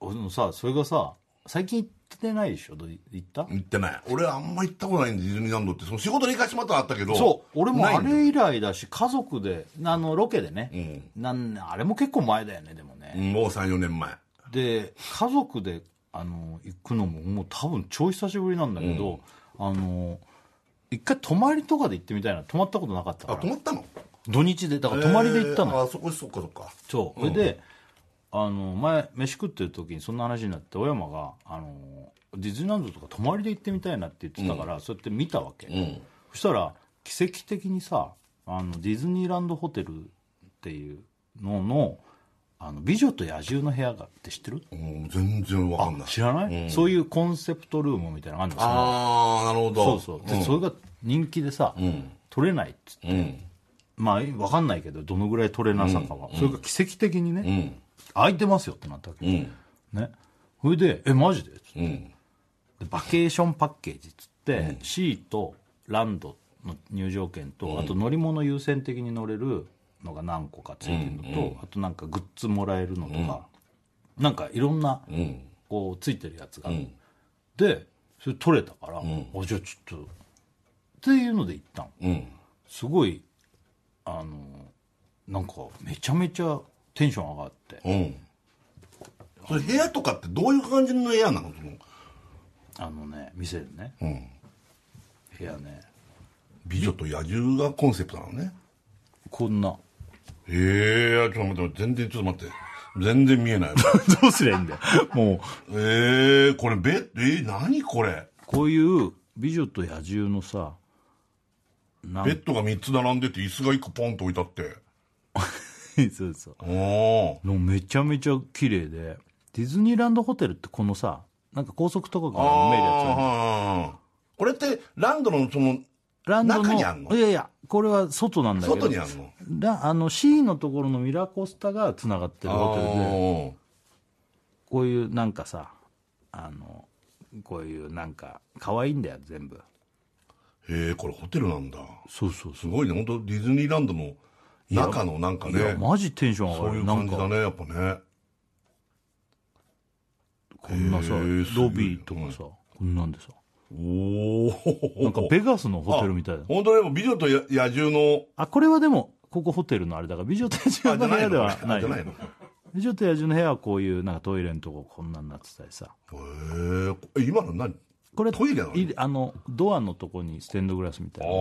S1: 俺のさそれがさ最近行ってないでしょど行った
S2: 行ってない。俺あんま行ったことないんで、ディズニーランドって。その仕事に行かしてもらったのあったけど。
S1: そう俺も
S2: ない
S1: あ
S2: んだよ
S1: れ以来だし家族であのロケでね、なんあれも結構前だよねでもね、
S2: もう3、4年前。
S1: で家族であの行くのももう多分超久しぶりなんだけど、あの一回泊まりとかで行ってみたいな泊まったことなかった
S2: あ、
S1: か
S2: 泊
S1: ら
S2: まったの
S1: 土日でだから泊まりで行ったの、
S2: えーあ、そこ、そっかそっか。
S1: そうそれで、あの前飯食ってる時にそんな話になって小山があのディズニーランドとか泊まりで行ってみたいなって言ってたから、そうやって見たわけ、
S2: うん。
S1: そしたら奇跡的にさあのディズニーランドホテルっていうのの「あの美女と野獣の部屋が」って知ってる
S2: うん全然わかんない。
S1: 知らない、そういうコンセプトルームみたいなのがあるんですよ
S2: あー、なるほ
S1: そ
S2: ど。
S1: うそうで、それが人気でさ、
S2: ん
S1: 取れないっつ
S2: うん。
S1: まあ分かんないけどどのぐらい取れなさかは、それが奇跡的にね、
S2: うん。
S1: 空いてますよってなったわけ、
S2: うん。
S1: ねそれで「えマジで?」
S2: うん。
S1: でバケーションパッケージっつって、シートランドの入場券と、あと乗り物優先的に乗れるのが何個かついてるのと、あとなんかグッズもらえるのとか、なんかいろんな、
S2: うん。
S1: こうついてるやつが、
S2: ん
S1: でそれ取れたから、あじゃあちょっとっていうので行ったの
S2: うん。
S1: すごいあのなんかめちゃめちゃテンション上がって
S2: うん。それ部屋とかってどういう感じの部屋なのその
S1: あのね見せるね、部屋ね
S2: 美女と野獣がコンセプトなのね。
S1: こんな。
S2: ええー、ちょっと待って、全然、ちょっと待って。全然 見えない。
S1: どうすりゃいいんだよ。もう、
S2: ええー、これベッド、えー、何これ
S1: こういう美女と野獣のさ、な
S2: ベ
S1: ん
S2: ッドが3つ並んでて、椅子が1個ポンと置いてあって。
S1: そうそ
S2: お
S1: う。もうめちゃめちゃ綺麗で、ディズニーランドホテルってこのさ、なんか高速と
S2: あー。
S1: かから見えるやつある
S2: あーこれって、ランドのその、
S1: ランドの
S2: 中にあんの
S1: いやいや、これは外なんだけど。
S2: 外にあるの
S1: ラあの C のところのミラコスタがつながってるホテルで、こういうなんかさ、あの、こういうなんか、可愛いんだよ、全部。
S2: あーへえ、これホテルなんだ。
S1: そうそう
S2: す
S1: そう。
S2: ごいね、本当ディズニーランドの中のなんか
S1: い
S2: ね、
S1: や、マジテンション上
S2: そ
S1: が
S2: うい
S1: る。
S2: う
S1: な
S2: 感
S1: ん
S2: じ
S1: か
S2: だね、やっぱね。
S1: こんなさ、
S2: へー
S1: ロビーとかさ、こんなんでさ、
S2: おお。
S1: なんかベガスのホテルみたいな。
S2: 本当でも美女と野野獣の、
S1: あ、これはでも、ここホテルのあれだから、美女と野
S2: あ、
S1: 獣
S2: じゃ
S1: の部
S2: ない
S1: 屋で
S2: の
S1: は
S2: か
S1: な
S2: あ
S1: い
S2: じ
S1: よ
S2: ゃ。ないのか
S1: 美女と野獣の部屋はこういう、なんかトイレのとここんなんなってたりさ。
S2: へーえ、今の何
S1: これ、
S2: トイレなの
S1: いあの、ドアのとこにステンドグラスみたい
S2: ああ、
S1: な。
S2: う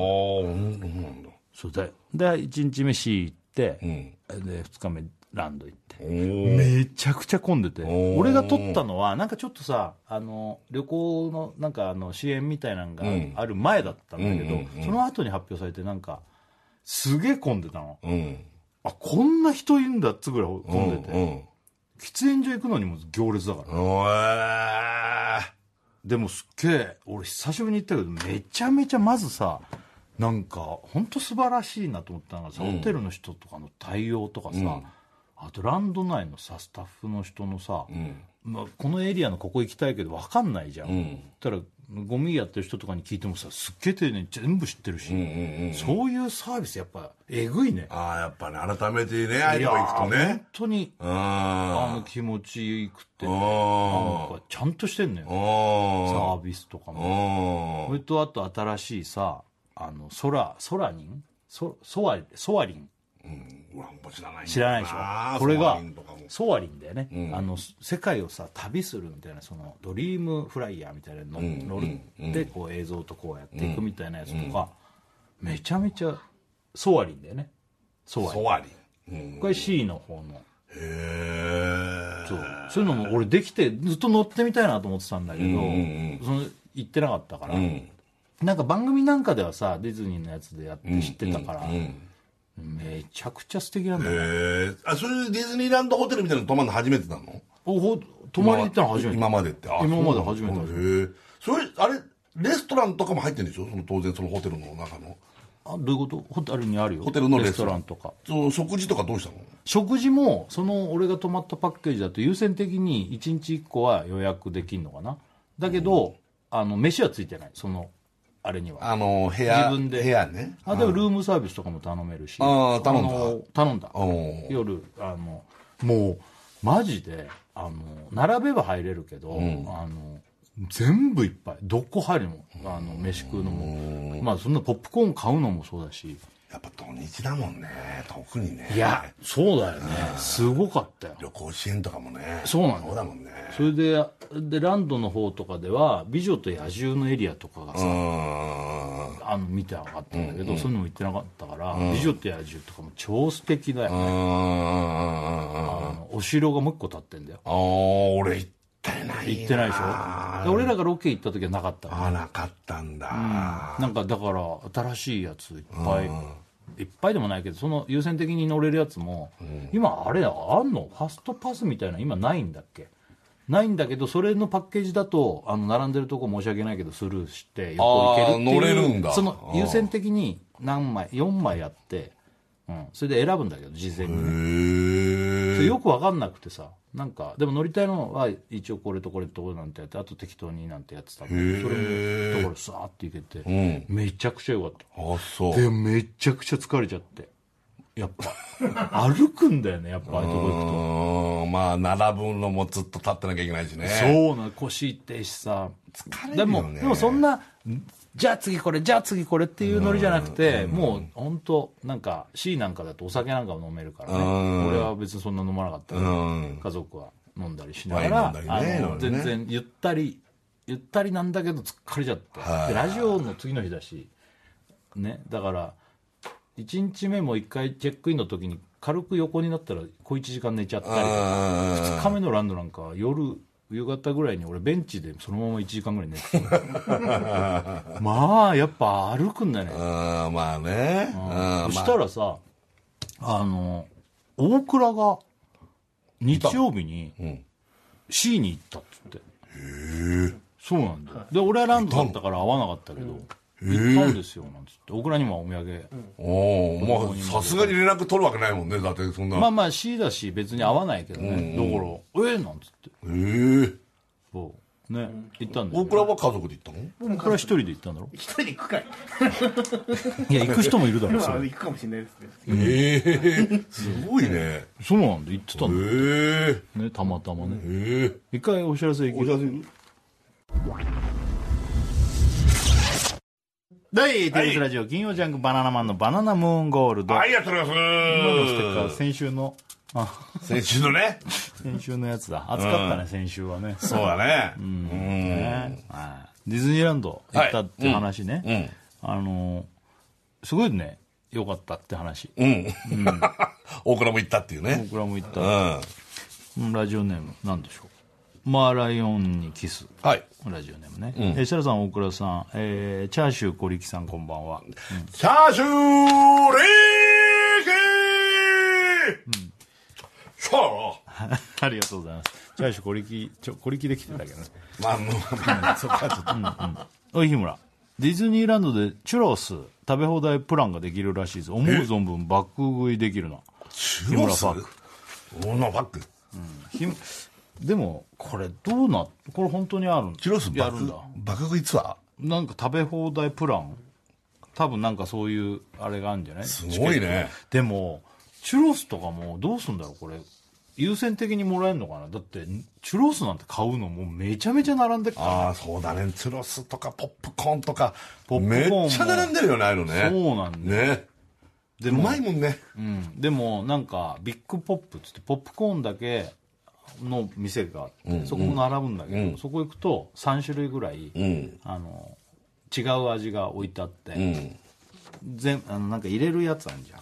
S2: んそうなんだ。
S1: そうだよ。で、1日目 C 行って、
S2: うん。
S1: で、2日目ランド行って。
S2: おお。
S1: めちゃくちゃ混んでて
S2: ー
S1: 俺が撮ったのはなんかちょっとさあの旅行のなんかあの支援みたいなのが
S2: うん
S1: ある前だったんだけど、
S2: うんうんうん
S1: その後に発表されてなんかすげえ混んでたの
S2: うん。
S1: あこんな人いるんだっつぐらい
S2: うん。
S1: 混んでて、
S2: うん。
S1: 喫煙所行くのにも行列だから
S2: おえ
S1: でもすっげえ俺久しぶりに行ったけどめちゃめちゃまずさなんか本当素晴らしいなと思ったのがさ、ホテルの人とかの対応とかさ、あとランド内のさスタッフの人のさ、
S2: うん。
S1: まあ、このエリアのここ行きたいけど分かんないじゃん、
S2: うん
S1: そしたらゴミやってる人とかに聞いてもさすっげえ丁寧に全部知ってるし、そういうサービスやっぱえぐいね
S2: ああ、やっぱね、改めてね、ああいう
S1: い
S2: とこ行くと
S1: やー
S2: ね
S1: 本。当に
S2: うん。
S1: あ
S2: あ
S1: の気持ちいくて
S2: う
S1: なん
S2: ん。
S1: かちゃんとしてんのよサ
S2: う
S1: ービスとかも
S2: ん。
S1: それとあと新しいさあのソラソラリンソソワソワリン
S2: うわんこ知らないんだよな
S1: 知らないでしょこれが
S2: ソーリンとかも
S1: ソワリンだよね、あの世界をさ旅するみたいなそのドリームフライヤーみたいなのに乗ってこう映像とこうやっていくみたいなやつとか、めちゃめちゃソワリンだよねソワリ
S2: ソ
S1: ン
S2: ワリン。うん。
S1: これ C の方の
S2: へえ。
S1: そうそういうのも俺できてずっと乗ってみたいなと思ってたんだけど、その行ってなかったから、なんか番組なんかではさディズニーのやつでやって知ってたから、めちゃくちゃ素敵なんだよ、
S2: へえ。あ、それディズニーランドホテルみたいなの泊まるの初めてなの
S1: おほ泊まりに行ったの初めて
S2: 今までって。あ
S1: 今まで初め
S2: そ
S1: て
S2: うなんだへえ。それ、あれ、レストランとかも入ってるんでしょその当然そのホテルの中の。
S1: あどういうことホテルにあるよ
S2: ホテルのレ
S1: レ
S2: ス
S1: ス
S2: ト
S1: ト
S2: ラ
S1: ラ
S2: ン
S1: ンとか
S2: その食事とかどうしたの
S1: 食事もその俺が泊まったパッケージだと優先的に1日1個は予約できるのかなだけど、あの飯はついてないそのあれには
S2: あの、部屋。
S1: 自分で
S2: 部屋ね。
S1: あでもルームサービスとかも頼めるし
S2: ああ頼んだ
S1: の頼んだ
S2: おう
S1: 夜あのもうマジであの並べば入れるけど、あの全部いっぱいどこ入るのもあの飯食うのもまあそんなポップコーン買うのもそうだし
S2: やっぱ土日だもんね。特にね。
S1: いやそうだよねすごかったよ
S2: 旅行支援とかもね。
S1: そうなんだ
S2: そうだもんね。
S1: それででランドの方とかでは「美女と野獣」のエリアとかが
S2: うー
S1: さ、
S2: ん。
S1: あの見てなかったんだけど、そういうのも行ってなかったから「美女と野獣」とかも超素敵だよ、
S2: うーん。
S1: あのお城がもう一個建ってんだよ
S2: あー、俺行ってない。
S1: 行ってないでしょで俺らがロケ行った時はなかったから
S2: あ、なかったんだ。
S1: なんかだから新しいやついっぱいいっぱいでもないけどその優先的に乗れるやつも、今あれあんのファストパスみたいな今ないんだっけないんだけどそれのパッケージだとあの並んでるとこ申し訳ないけどスルーして横行けるっていう
S2: あー乗れるんだ
S1: その優先的に何枚4枚やって、うん、それで選ぶんだけど事前にね、
S2: へ
S1: それよく分かんなくてさなんかでも乗りたいのは一応これとこれとこれなんてやってあと適当になんてやってたんだけどそれもところさーっていけて、めちゃくちゃ良かった
S2: あ、そう。
S1: でめちゃくちゃ疲れちゃってやっぱ 歩くんだよねやっぱああいうとこ
S2: う
S1: 行く
S2: ーん、まあ、並ぶのもずっと立ってなきゃいけないしね。
S1: とそうなの腰痛いしさ
S2: 疲れるよね
S1: でもでもそんなじゃあ次これじゃあ次これっていうノリじゃなくてもう本当なんか C なんかだとお酒なんかも飲めるからね
S2: うん
S1: 俺は別にそんな飲まなかったか
S2: う
S1: ら
S2: ん。
S1: 家族は飲んだりしながら、
S2: ワイン飲んだりね
S1: あ
S2: いろいろ
S1: の
S2: ね
S1: 全然ゆったりゆったりなんだけど疲れちゃって、でラジオの次の日だし、ね、だから1日目も1回チェックインの時に軽く横になったら小1時間寝ちゃったりとか2日目のランドなんかは夜夕方ぐらいに俺ベンチでそのまま1時間ぐらい寝てたまあやっぱ歩くんだよね
S2: うん、まあね。うん、
S1: そし
S2: ま
S1: たらさ、あの、大倉が日曜日に C に行ったっつって。へそうなんだよ。で、俺はランドだったから会わなかったけど、行ったんですよ、なんつって。大倉にもお土産。
S2: あ、おお、まあ、さすがに連絡取るわけないもんね。だって、そんな。
S1: まあまあ C だし、別に会わないけどね。だから、えー、なんつって。
S2: へえ。
S1: そう。ね、行ったんだ
S2: 大
S1: よ。
S2: 倉は家族で行ったの
S1: 大倉一人で行ったんだろ
S3: 一人で行くかい
S1: いや、行く人もいるだろ、
S3: 今
S1: そ
S3: は
S1: れ。
S3: 行くかもしれないですね
S2: ええ。すごいね。
S1: そうなんだ、行ってた
S2: へ
S1: んだ
S2: え。
S1: よね、たまたまね。
S2: へえ。
S1: 一回お知らせ行き
S2: 知らせる
S1: 第 TBS ラジオ金曜ジャンクバナナマンのバナナムーンゴールド、
S2: はい、やっております
S1: 今のステッカー先週のあ
S2: 先週のね。
S1: 先週のやつだ暑かったね、先週はね
S2: そうだね。うん。
S1: ねはいディズニーランド行ったって話ね、あのーすごいね良かったって話、
S2: 大倉も行ったっていうね。
S1: 僕らも行っ
S2: うん。
S1: た、
S2: は
S1: ラジオネームなんでしょうマーライオンにキス
S2: い。
S1: ラジオネームね、えー設楽さん大倉さん、えーチャーシュー小力さんこんばんは、
S2: チャーシューリーキーそ
S1: ありがとうございますチャーシュー小力ちょ小力できてたけどね
S2: うまあ、もう、まあそこはちょっと。
S1: おい日村ディズニーランドでチュロス食べ放題プランができるらしいです思う存分爆食いできるな
S2: チュロス
S1: 日村パック
S2: 女パック。
S1: ひでもこれどうなこれ本当にあるん
S2: チュロス
S1: や
S2: 爆
S1: るんだ
S2: 爆食いツア
S1: なんか食べ放題プラン多分なんかそういうあれがあるんじゃない
S2: ーすごいね
S1: でもチュロスとかもどうすんだろうこれ優先的にもらえるのかなだってチュロスなんて買うのもうめちゃめちゃ並んでっから
S2: ああそうだねチュロスとかポップコーンとか
S1: ポップコーンも
S2: めっちゃ並んでるよねああいうのね
S1: そうなんだ
S2: ね
S1: で
S2: う
S1: も
S2: まいもんね
S1: うん、でもなんかビッグポップっつってポップコーンだけの店があって、そこ並ぶんだけど、
S2: うん
S1: そこ行くと3種類ぐらい、
S2: うん
S1: あの違う味が置いてあって、
S2: うん
S1: 全あのなんか入れるやつあるじゃん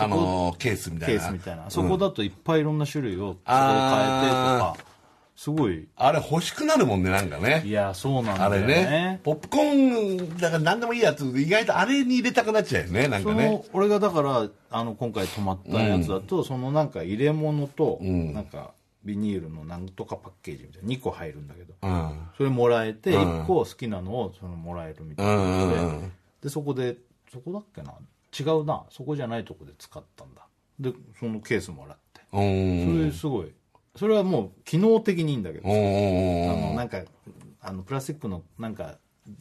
S2: あのーケースみたい
S1: ケ
S2: な
S1: ースみたいな、そこだといっぱいいろんな種類をそこで変えてと
S2: あ
S1: かすごい
S2: あれ欲しくなるもんねなんかね
S1: いやそうなんだ
S2: あれ
S1: よね
S2: ねポップコーンだから何でもいいやつ意外とあれに入れたくなっちゃうよねなん
S1: そ
S2: かね
S1: の俺がだからあの今回泊まったやつだと、そのなんか入れ物と、
S2: ん
S1: なんかビニールのなんとかパッケージみたいな2個入るんだけど
S2: うん
S1: それもらえて
S2: うん
S1: 1個好きなのをそのもらえるみた
S2: う
S1: いなの
S2: んう
S1: で,、
S2: んうん
S1: でそこでそこだっけな違うなそこじゃないとこで使ったんだでそのケースもらって
S2: うんうん
S1: それすごい、それはもう機能的にいいんだけど、
S2: うん
S1: あのなんかあのプラスチックのなんか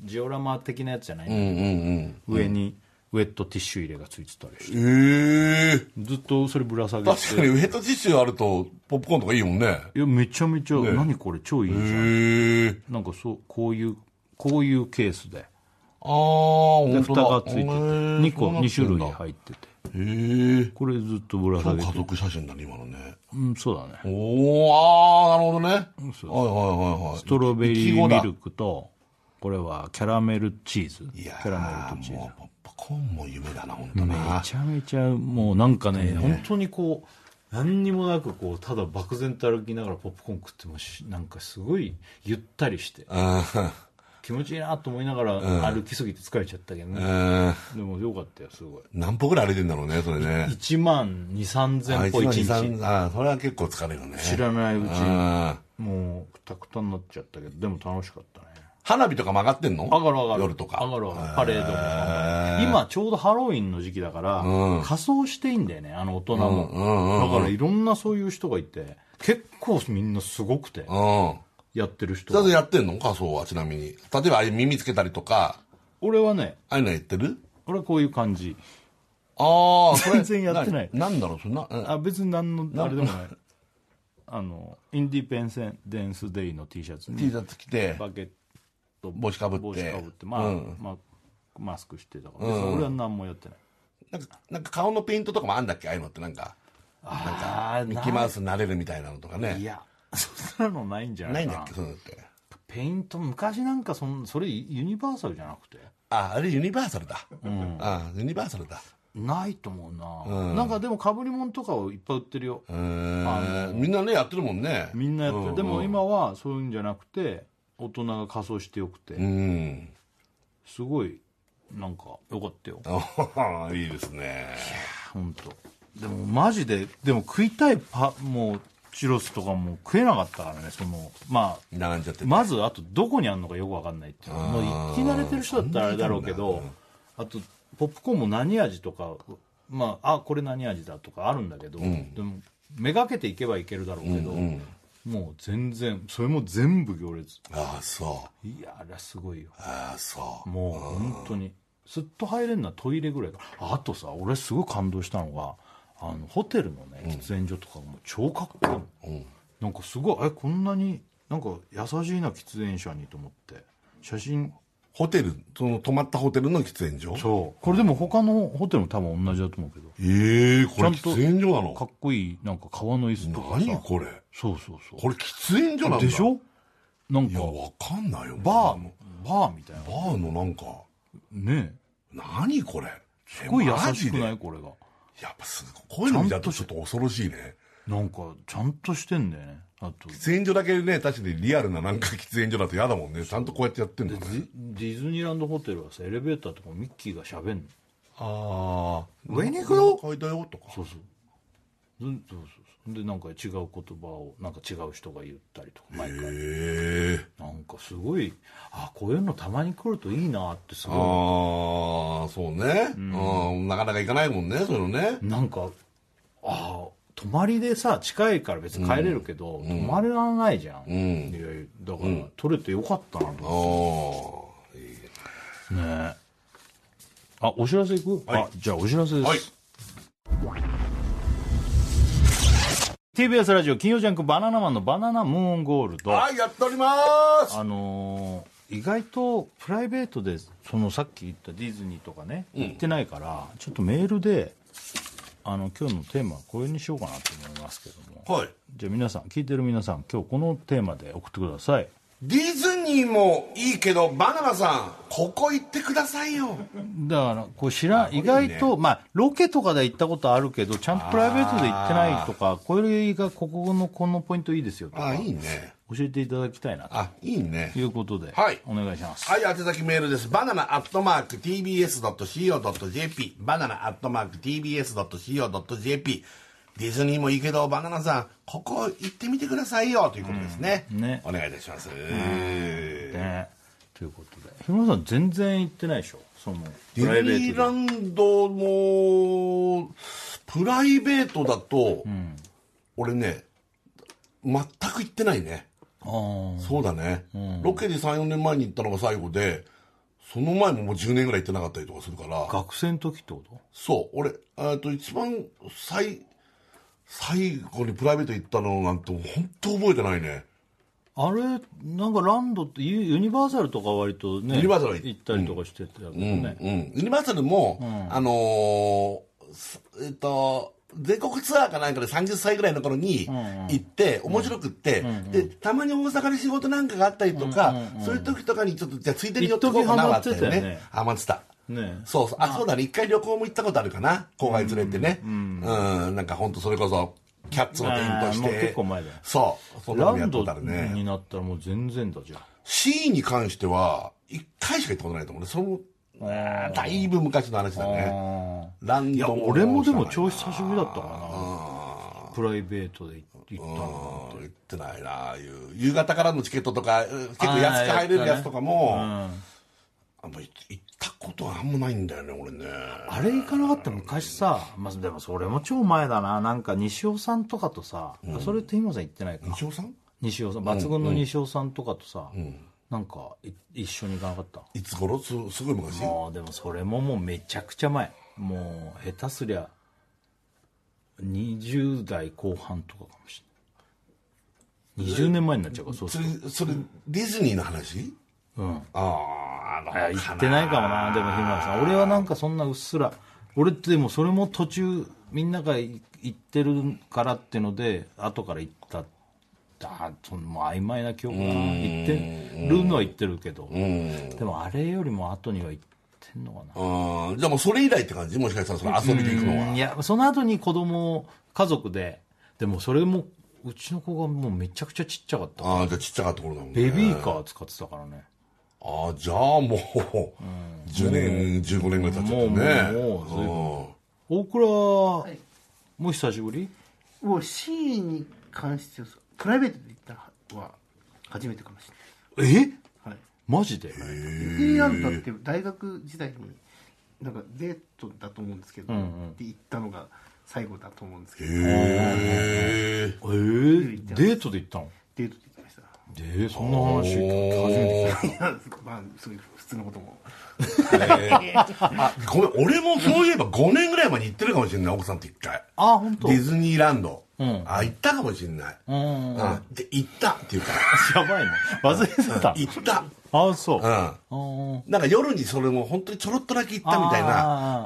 S1: ジオラマ的なやつじゃない、
S2: うんうんうん
S1: 上にウェットティッシュ入れがついてたりして
S2: ええ
S1: ずっとそれぶら下げて
S2: 確かにウェットティッシュあるとポップコーンとかいいもんね
S1: いやめちゃめちゃ、何これ超いいじゃ
S2: へえ
S1: ん、なんかそうこういうこういうケースで
S2: ああ本
S1: で
S2: 当
S1: 蓋
S2: だ
S1: がついてて2個2種類入ってて
S2: 類へえ
S1: これずっとぶら下
S2: 超
S1: げ
S2: 家
S1: て
S2: 族写真だね今のね
S1: うんそうだね
S2: おおああなるほどねはいはいはいはい
S1: ストロベリ
S2: いちご
S1: ー
S2: だ
S1: ミルクとこれはキャラメルチーズ
S2: い
S1: キ
S2: や
S1: ャラ
S2: ー
S1: メルとチーズ
S2: もうポップコーンも夢だな本当
S1: め
S2: な
S1: ちゃめちゃもうなんかね本当にこう何にもなくこうただ漠然と歩きながらポップコーン食ってもしなんかすごいゆったりして
S2: う
S1: 気持ちいいなと思いながら歩きすぎて疲れちゃったけどね、
S2: んうん
S1: でもよかったよすごい
S2: 何歩ぐらい歩いてんだろうねそれね
S1: 1万2 3
S2: あ
S1: 千
S2: い
S1: 歩
S2: の
S1: 一
S2: 二
S1: 日
S2: 三ああそれは結構疲れるね
S1: 知らないうち
S2: うん
S1: もうくたくたになっちゃったけどでも楽しかったね
S2: 花火とか曲がってんの
S1: 上がる上がる
S2: 夜とか
S1: 上がる上がるパレードも上がる今ちょうどハロウィンの時期だから、仮装していいんだよねあの大人も、だからいろんなそういう人がいて結構みんなすごくて
S2: うん
S1: やってる人
S2: だって
S1: が
S2: やってんの仮装はちなみに例えばああいう耳つけたりとか
S1: 俺はね
S2: ああいうのやってる
S1: 俺はこういう感じ
S2: ああそれ
S1: 全然やってない
S2: ななんだろうそんなうん
S1: あ別に何のあれでもないあのインディペンセンデンスデイの T シャツ
S2: T
S1: に
S2: シャツ着て
S1: バケット
S2: 帽子かぶって
S1: 帽子かぶってまあ、
S2: うん
S1: まあ、マスクしてたから、別に俺は何もやってない
S2: なんかなんか顔のペイントとかもあんだっけああいうのってなんか
S1: ああ
S2: ミッキーマウスになれるみたいなのとか
S1: い
S2: ね
S1: やそんなのないんじゃな
S2: ないいん
S1: か
S2: だっけそういうのって
S1: ペイント昔なんかそんそれユニバーサルじゃなくて
S2: ああれユニバーサルだああユニバーサルだ
S1: ないと思うな、なんかでもかぶり物とかをいっぱい売ってるよ、
S2: うーんみんなねやってるもんね
S1: みんなやってる、でも今はそういうんじゃなくて大人が仮装してよくて、
S2: うん
S1: すごいなんかよかったよ
S2: おーいいですね
S1: 本当。でもマジででも食いたいパもうチュロスとかも食えなかったからねそのまあ
S2: 並んじゃってて
S1: まずあとどこにあるのかよく分かんないっていうのもう行き慣れてる人だったらあれだろうけどあとポップコーンも何味とかまああこれ何味だとかあるんだけど、でもめがけていけばいけるだろうけど、もう全然それも全部行列
S2: ああそう
S1: いやあれはすごいよ
S2: ああそう
S1: もう本当にすっと入れるのはトイレぐらいかああとさ俺すごい感動したのがあのホテルのね喫煙所とかも超かっこいいの、なんかすごいえこんなになんか優しいな喫煙者にと思って写真
S2: ホテルその泊まったホテルの喫煙所
S1: そうこれでも他のホテルも多分同じだと思うけど
S2: ええこれ
S1: ちゃんと
S2: 喫煙所な
S1: か
S2: の
S1: っこいいなんか革の椅子とかさ
S2: 何これ
S1: そうそうそう
S2: これ喫煙所なんだ
S1: でしょなん
S2: いや
S1: か
S2: わかんないよ
S1: バーのバーみたいな
S2: バーのなんか
S1: ね
S2: 何これす
S1: えすごい優しくないこれが
S2: やっぱすごいこういうの見たとちょっと恐ろしいね
S1: なんかちゃんとしてんだよねあと
S2: 喫煙所だけね確かにリアルななんか喫煙所だと嫌だもんねちゃんとこうやってやってんだ
S1: デ
S2: ね
S1: ィディズニーランドホテルはさエレベーターとかミッキーがしゃべんの
S2: ああ
S1: 上に行くよ
S2: 階だよとか
S1: そうそうずそうそうそうでなんか違う言葉をなんか違う人が言ったりとか毎回
S2: へえ
S1: なんかすごいあこういうのたまに来るといいなってすご
S2: ああそうねうんなかなか行かないもんねそういうのね
S1: いなんかああ泊まりでさ近いから別に帰れるけど、泊まれらないじゃん、
S2: ん
S1: いやいやだから、取れてよかったなと
S2: おお
S1: ねえあお知らせいく、
S2: はい
S1: あじゃあお知らせです、
S2: はい
S1: TBS ラジオ金曜ジャンク「バナナマンのバナナムーンゴールド」
S2: はいやっております
S1: あのー意外とプライベートでそのさっき言ったディズニーとかね行ってないから、ちょっとメールであの今日のテーマはこれにしようかなと思いますけども
S2: はい
S1: じゃあ皆さん聞いてる皆さん今日このテーマで送ってください
S2: ディズニーもいいけどバナナさんここ行ってくださいよ
S1: だからこう知らん意外と、まあ、ロケとかで行ったことあるけどちゃんとプライベートで行ってないとかこれがここのこのポイントいいですよとか
S2: あいいね
S1: 教えていただきたいなと
S2: あいいね
S1: いうことで、
S2: はい
S1: お願いします
S2: はい、宛先メールです。バナナアットマーク TBS.CO.JP。バナナアットマーク TBS.CO.JP。ディズニーもいいけど、バナナさん、ここ行ってみてくださいよということですね。
S1: うんね
S2: お願いいたします。
S1: ねということで日村さん全然行ってないでしょその
S2: ディズニーラ
S1: で
S2: ンドも、プライベートだと、俺ね、全く行ってないね。
S1: あー
S2: そうだね。ロケで3、4年前に行ったのが最後で、その前ももう10年ぐらい行ってなかったりとかするから。
S1: 学生の時ってこと
S2: そう、俺、えっと、一番最、最後にプライベート行ったのなんて、本当覚えてないね。
S1: あれなんかランドってユユニバーサルとか割とね
S2: ユニバーサルは行
S1: 行ったりとかしてたけどね、
S2: うん。ユニバーサルも、あのーすえっと、全国ツアーかなんかで30歳ぐらいの頃に行って、面白くって、で、たまに大阪で仕事なんかがあったりとか、そういう時とかにちょっと、じゃあついでに寄ってこうかなはあったよ
S1: 一時ハマってたよ
S2: ね
S1: ね。
S2: ハマってた。
S1: ね
S2: そうそう。あ、そうだね。一回旅行も行ったことあるかな。後輩連れてね。うん。なんか本当それこそ、キャッツの店員とし
S1: あーも
S2: て。
S1: う結構前だよ
S2: そう。そんな
S1: ラ
S2: のもや
S1: ン
S2: っと
S1: ド
S2: ったらね。
S1: になったらもう全然だじゃん
S2: C に関しては、一回しか行ったことないと思うね。その、あーだいぶ昔の話だね。
S1: あ
S2: ラン
S1: ーいや
S2: ド
S1: 俺もでも
S2: 知ら
S1: 超久しぶりだったからなプライベートで行った
S2: ない
S1: の
S2: うん行ってないなああいう夕方からのチケットとか、うん結構安く入れるやつとかも、あんま行ったことはあんまないんだよね、俺ね。
S1: あれ行かなかった昔さ、まあ、でもそれも超前だななんか西尾さんとかとさ、それって今さん行ってないか
S2: 西尾さん
S1: 西尾さん抜群の西尾さんとかとさ、なんかい一緒に行かなかった
S2: いつ頃すすごい昔
S1: もうでもそれももうめちゃくちゃ前もう下手すりゃ20代後半とかかもしれない20年前になっちゃうからそうす
S2: そ
S1: る
S2: れそれディズニーの話
S1: とうん
S2: あああの
S1: あ行ってないかもなでも日村さん俺はなんかそんなうっすら俺ってでもそれも途中みんながい行ってるからってので後から行っただそのもう曖昧な記憶が行ってるのは行ってるけどでもあれよりも後には行ってんのかな
S2: うんじゃあもうそれ以来って感じもしかしたらその遊びで行くの
S1: うんい
S2: は
S1: やその後に子供を家族ででもそれもうちの子がもうめちゃくちゃちっちゃかった
S2: ああじゃあちっちゃかった頃だもんね
S1: ベビーカー使ってたからね
S2: ああじゃあもう、10年15年ぐらい経っちゃったね
S1: もうもうもう
S2: も
S1: 大倉、
S3: い
S1: もう久しぶり
S3: もう C に関してはプライベートで行ったのは初めてかもしれ
S1: え
S3: ない、はい
S1: マジで
S3: ディズニーランドだって大学時代になんかデートだと思うんですけど、って行ったのが最後だと思うんですけど、
S2: へえ
S1: えー、デートで行ったの
S3: デートで行きました
S1: えー、そんな話初めて聞い
S3: いやまあそういう普通のことも
S2: ごめん俺もそういえば5年ぐらい前に行ってるかもしれない奥さんと一回
S1: たあ本当。
S2: ディズニーランド、
S1: ん
S2: あ行ったかもしれない、
S1: うんうんうんや
S2: うんで行ったっていうか
S1: ばいね忘れてた
S2: 行った
S1: あそうあ
S2: うん
S1: ー
S2: なんか夜にそれも本当にちょろっとだけ行ったみたい
S1: あ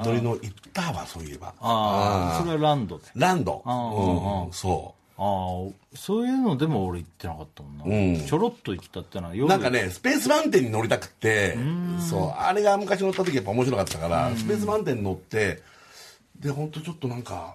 S2: な
S1: ー
S2: ノリの行ったわそういえば
S1: あーそれはランドで
S2: ランド
S1: あ
S2: うんそ
S1: ああそういうのでも俺行ってなかったもんな、
S2: うん
S1: ちょろっと行ったってのは
S2: う
S1: 夜
S2: なんかねスペースマウンテンに乗りたくてそうあれが昔乗った時やっぱ面白かったからスペースマウンテンに乗ってで本当ちょっとなんか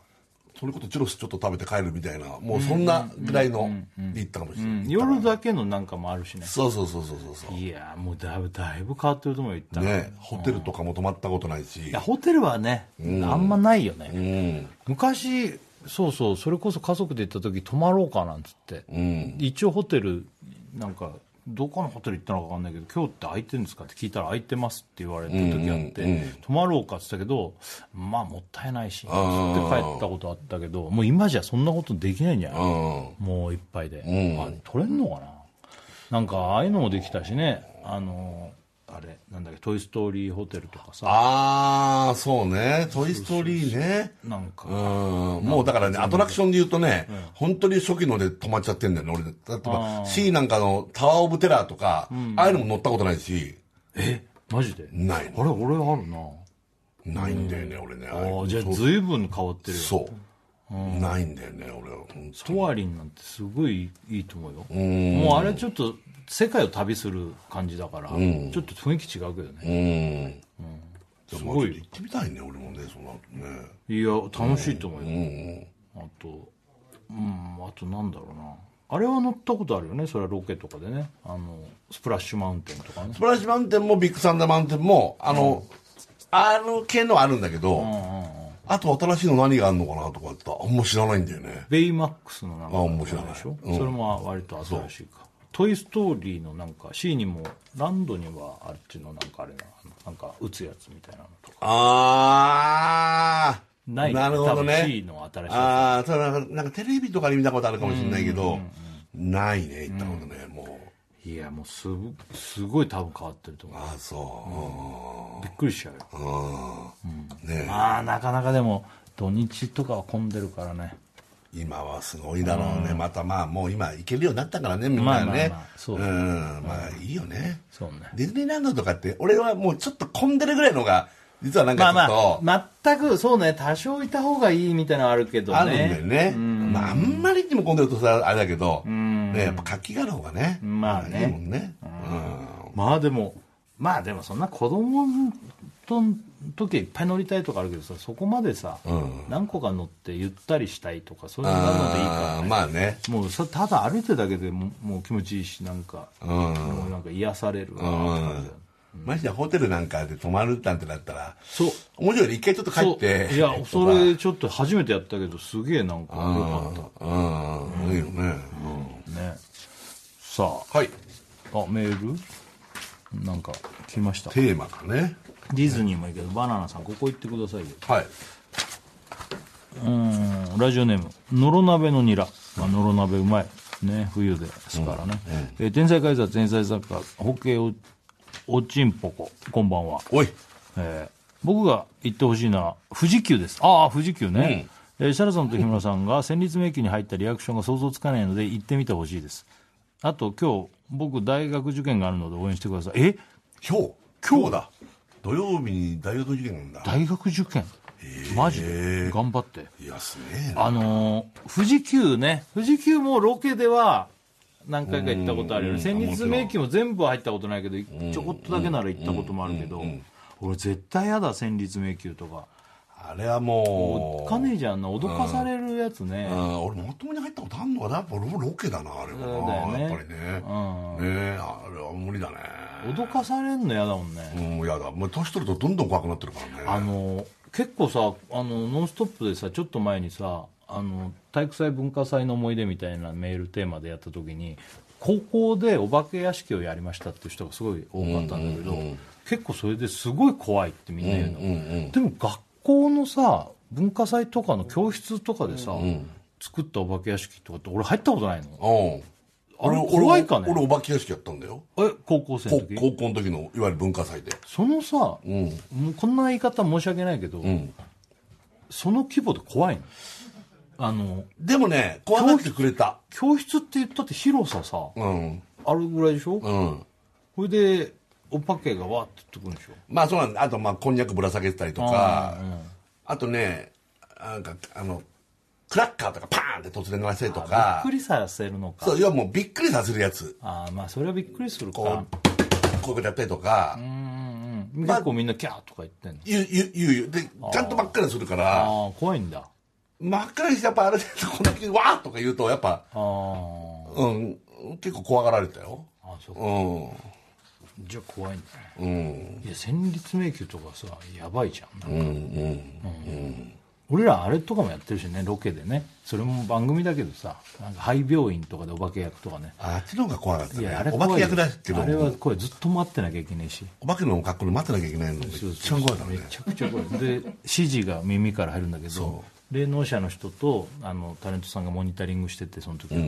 S2: それこそチュロスちょっと食べて帰るみたいなもうそんなぐらいので行ったかもしれ
S1: う
S2: ない
S1: ん
S2: 行ったか
S1: 夜だけのなんかもあるしね
S2: そうそうそうそうそうそう
S1: いやーもうだいぶだいぶ変わってると思うよ行ったら
S2: ねホテルとかも泊まったことないし
S1: いやホテルはね、あんまないよね、
S2: うん
S1: 昔そうそうそれこそ家族で行った時泊まろうかなんつって、
S2: うん
S1: 一応ホテルなんかどこのホテル行ったのか分かんないけど今日って空いてるんですかって聞いたら空いてますって言われた時あって、泊まろうかって言ったけどまあもったいないしっつって帰ったことあったけどもう今じゃそんなことできないんじゃない、もう一杯で、
S2: ん
S1: あ取れんのかななんかああいうのもできたしねあのあれなんだっけ「トイ・ストーリーホテル」とかさ
S2: ああ、そうね。トイストーリーね。
S1: なんか、
S2: うん。もうだからね、アトラクションで言うとね、本当に初期ので止まっちゃってんだよね、俺。例えば、C なんかのタワーオブテラーとか、ああいうのも乗ったことないし、
S1: マジで
S2: ないの
S1: あれ俺あるな
S2: ないんだよね、俺ね。ああいう
S1: あ
S2: の
S1: あじゃあ
S2: そう
S1: 随分変わってるよ
S2: そう。ないんだよね、俺は。本当に
S1: トワリンなんてすごいいいと思うよもうあれちょっと世界を旅する感じだから、ちょっと雰囲気違うけどね、
S2: うん。
S1: す
S2: まあちょ
S1: ご
S2: っと
S1: い
S2: 行ってみたいね、俺もね、その後ね。
S1: いや楽しいと思うよ、あとうんあとなんだろうなあれは乗ったことあるよねそれはロケとかでねあのスプラッシュマウンテンとかね
S2: スプラッシュマウンテンもビッグサンダーマウンテンも、あの、あの系のはあるんだけど、あと新しいの何があるのかなとかってあんま知らないんだよね。
S1: ベイマックスのなんか
S2: あ面白い
S1: でしょ、
S2: うん
S1: それも割と新しいか「トイ・ストーリー」のなんか C にもランドにはあっちのなんかあれななんか打つやつみたいなのとか
S2: あー。
S1: ない
S2: なるほど
S1: 多分 C
S2: ね。
S1: の新しいや
S2: あー、それなんかなんかテレビとかで見たことあるかもしれないけど、ないね、行ったことね、もう。
S1: ついやもうすごすごい多分変わってると思
S2: あー、そう
S1: びっくりしちゃうよ
S2: う。うん。ねえ
S1: まあなかなかでも土日とかは混んでるからね
S2: 今はすごいだろうね。またまあ、もう今行けるようになったからね、みんなね、
S1: まあまあまあ。そううん
S2: まあいいよね。
S1: そうね
S2: ディズニーランドとかって、俺はもうちょっと混んでるぐらいのが、実はなん
S1: ま
S2: か
S1: あ
S2: ちょっと、
S1: まあ全くそうね多少いた方がいいみたいなのはあるけどね
S2: あるんだよね。まあ、あんまりにも混んでるとさ、あれだけど、ね、やっぱ活気がある方がね。
S1: まあね
S2: いいもんね。うん
S1: まあでもまあでもそんな子供と時はいっぱい乗りたいとかあるけどさそこまでさ、何個か乗ってゆったりしたいとかそういうのがあるのでいいから
S2: あーまあね。
S1: もうさただ歩いてるだけでももう気持ちいいしなんか、もうなんか癒されるなって感じだ
S2: ましてやホテルなんかで泊まるなんてなったら、
S1: そう
S2: 面白いね。一回ちょっと帰って。
S1: そういや
S2: とか
S1: それちょっと初めてやったけどすげえなんか良かっ
S2: うん、いいよね。うん
S1: たねさ
S2: はい。
S1: ああメールなんか来ました
S2: テーマかね。
S1: ディズニーもいいけどバナナさんここ行ってくださいよ
S2: はい。
S1: うんラジオネーム「のろ鍋のニラ」まあのろ鍋うまいね冬ですからね、えー天才カイザー天才作家ホッケーおおちんぽここんばんは、
S2: おい。
S1: えー僕が言ってほしいのは富士急ですああ富士急ね、えー設楽さんと日村さんが戦慄迷宮に入ったリアクションが想像つかないので行ってみてほしいですあと今日僕大学受験があるので応援してくださいえ
S2: 今日今日だ土曜日に大学受験なんだ
S1: 大学受験マジで頑張って
S2: いやすげえな
S1: あのー富士急ね、富士急もロケでは何回か行ったことあるよね、戦慄迷宮も全部は入ったことないけど、ちょこっとだけなら行ったこともあるけど、俺、絶対やだ、戦慄迷宮とか、
S2: あれはもう
S1: おっかねえじゃんな、脅かされるやつね
S2: う、ん俺まともに入ったことあんのかなやっぱ俺もロケだなあれ
S1: そうだよ
S2: はな、
S1: ね
S2: やっぱりね、ねえあれは無理だね
S1: 脅かされるの嫌だもんね、
S2: うんやだもう年取るとどんどん怖くなってるからね
S1: あのー結構さ、あのノンストップでさ、ちょっと前にさ、あの体育祭文化祭の思い出みたいなメールテーマでやった時に高校でお化け屋敷をやりましたっていう人がすごい多かったんだけど、結構それですごい怖いってみんな言うの、でも学校のさ文化祭とかの教室とかでさ、作ったお化け屋敷とかって俺入ったことないの
S2: うん
S1: あれ
S2: 俺
S1: 怖いかね
S2: 俺俺お化け屋敷やったんだよ
S1: え高校生の
S2: こ
S1: 時
S2: 高校の時のいわゆる文化祭で
S1: そのさ、もうこんな言い方申し訳ないけど、その規模で怖いのあの
S2: でもね怖がってくれた
S1: 教室って言ったって広ささ、
S2: うん
S1: あるぐらいでしょ、
S2: うん
S1: それでお化けがわーって言ってくるんでしょ
S2: まあそうなんだあとまあこんにゃくぶら下げてたりとかあ,、とねなんかあのクラッカーとかパーンって突然鳴らせと
S1: びっ
S2: か
S1: くりさせるのか
S2: そう要はもうびっくりさせるやつ
S1: ああまあそれはびっくりするか
S2: こうこういうことやったりとか
S1: うんうん結構みんなキャーとか言ってんの
S2: ゆゆゆゆでちゃんと真っ暗にするから
S1: ああ怖いんだあ
S2: 真っ暗にしてやっぱある程度こんな時わーとか言うとやっぱ
S1: あー
S2: うん結構怖がられたよ
S1: あそうか
S2: うん
S1: じゃあ怖いんだね
S2: うん
S1: いや戦慄迷宮とかさやばいじゃんなんか俺らあれとかもやってるしねロケでねそれも番組だけどさなんか肺病院とかでお化け役とかね
S2: あっちの方が怖かった
S1: い
S2: ね
S1: やあれ
S2: お
S1: 怖い
S2: 化け役だけど
S1: あれは声ずっと待ってなきゃいけないし
S2: お化けの格好で待ってなきゃいけないのが
S1: そう
S2: 一
S1: そう
S2: 番怖いだろう
S1: め
S2: ね
S1: ちゃくちゃ怖いで指示が耳から入るんだけど
S2: そ
S1: 霊能者の人とあのタレントさんがモニタリングしててその時は、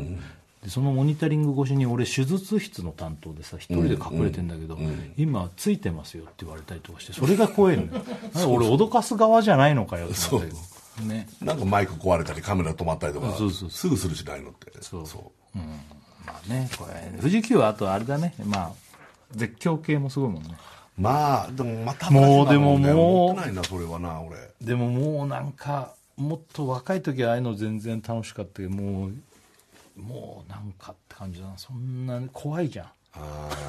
S1: でそのモニタリング越しに俺手術室の担当でさ一人で隠れてんだけど、今ついてますよって言われたりとかしてそれが怖いのよなんか俺脅かす側じゃないのかよって思ったけどね
S2: なんかマイク壊れたりカメラ止まったりとか
S1: そうそう
S2: すぐするしないのって
S1: そう
S2: そ
S1: まあねこれ富士急はあとあれだねまあ絶叫系もすごいもんね
S2: うまあでもまた話
S1: もう
S2: だんね
S1: でももう
S2: 持ってないなそれはな俺
S1: でももうなんかもっと若い時はああいうの全然楽しかったけどもうもうなんかって感じだなそんな怖いじゃん
S2: あー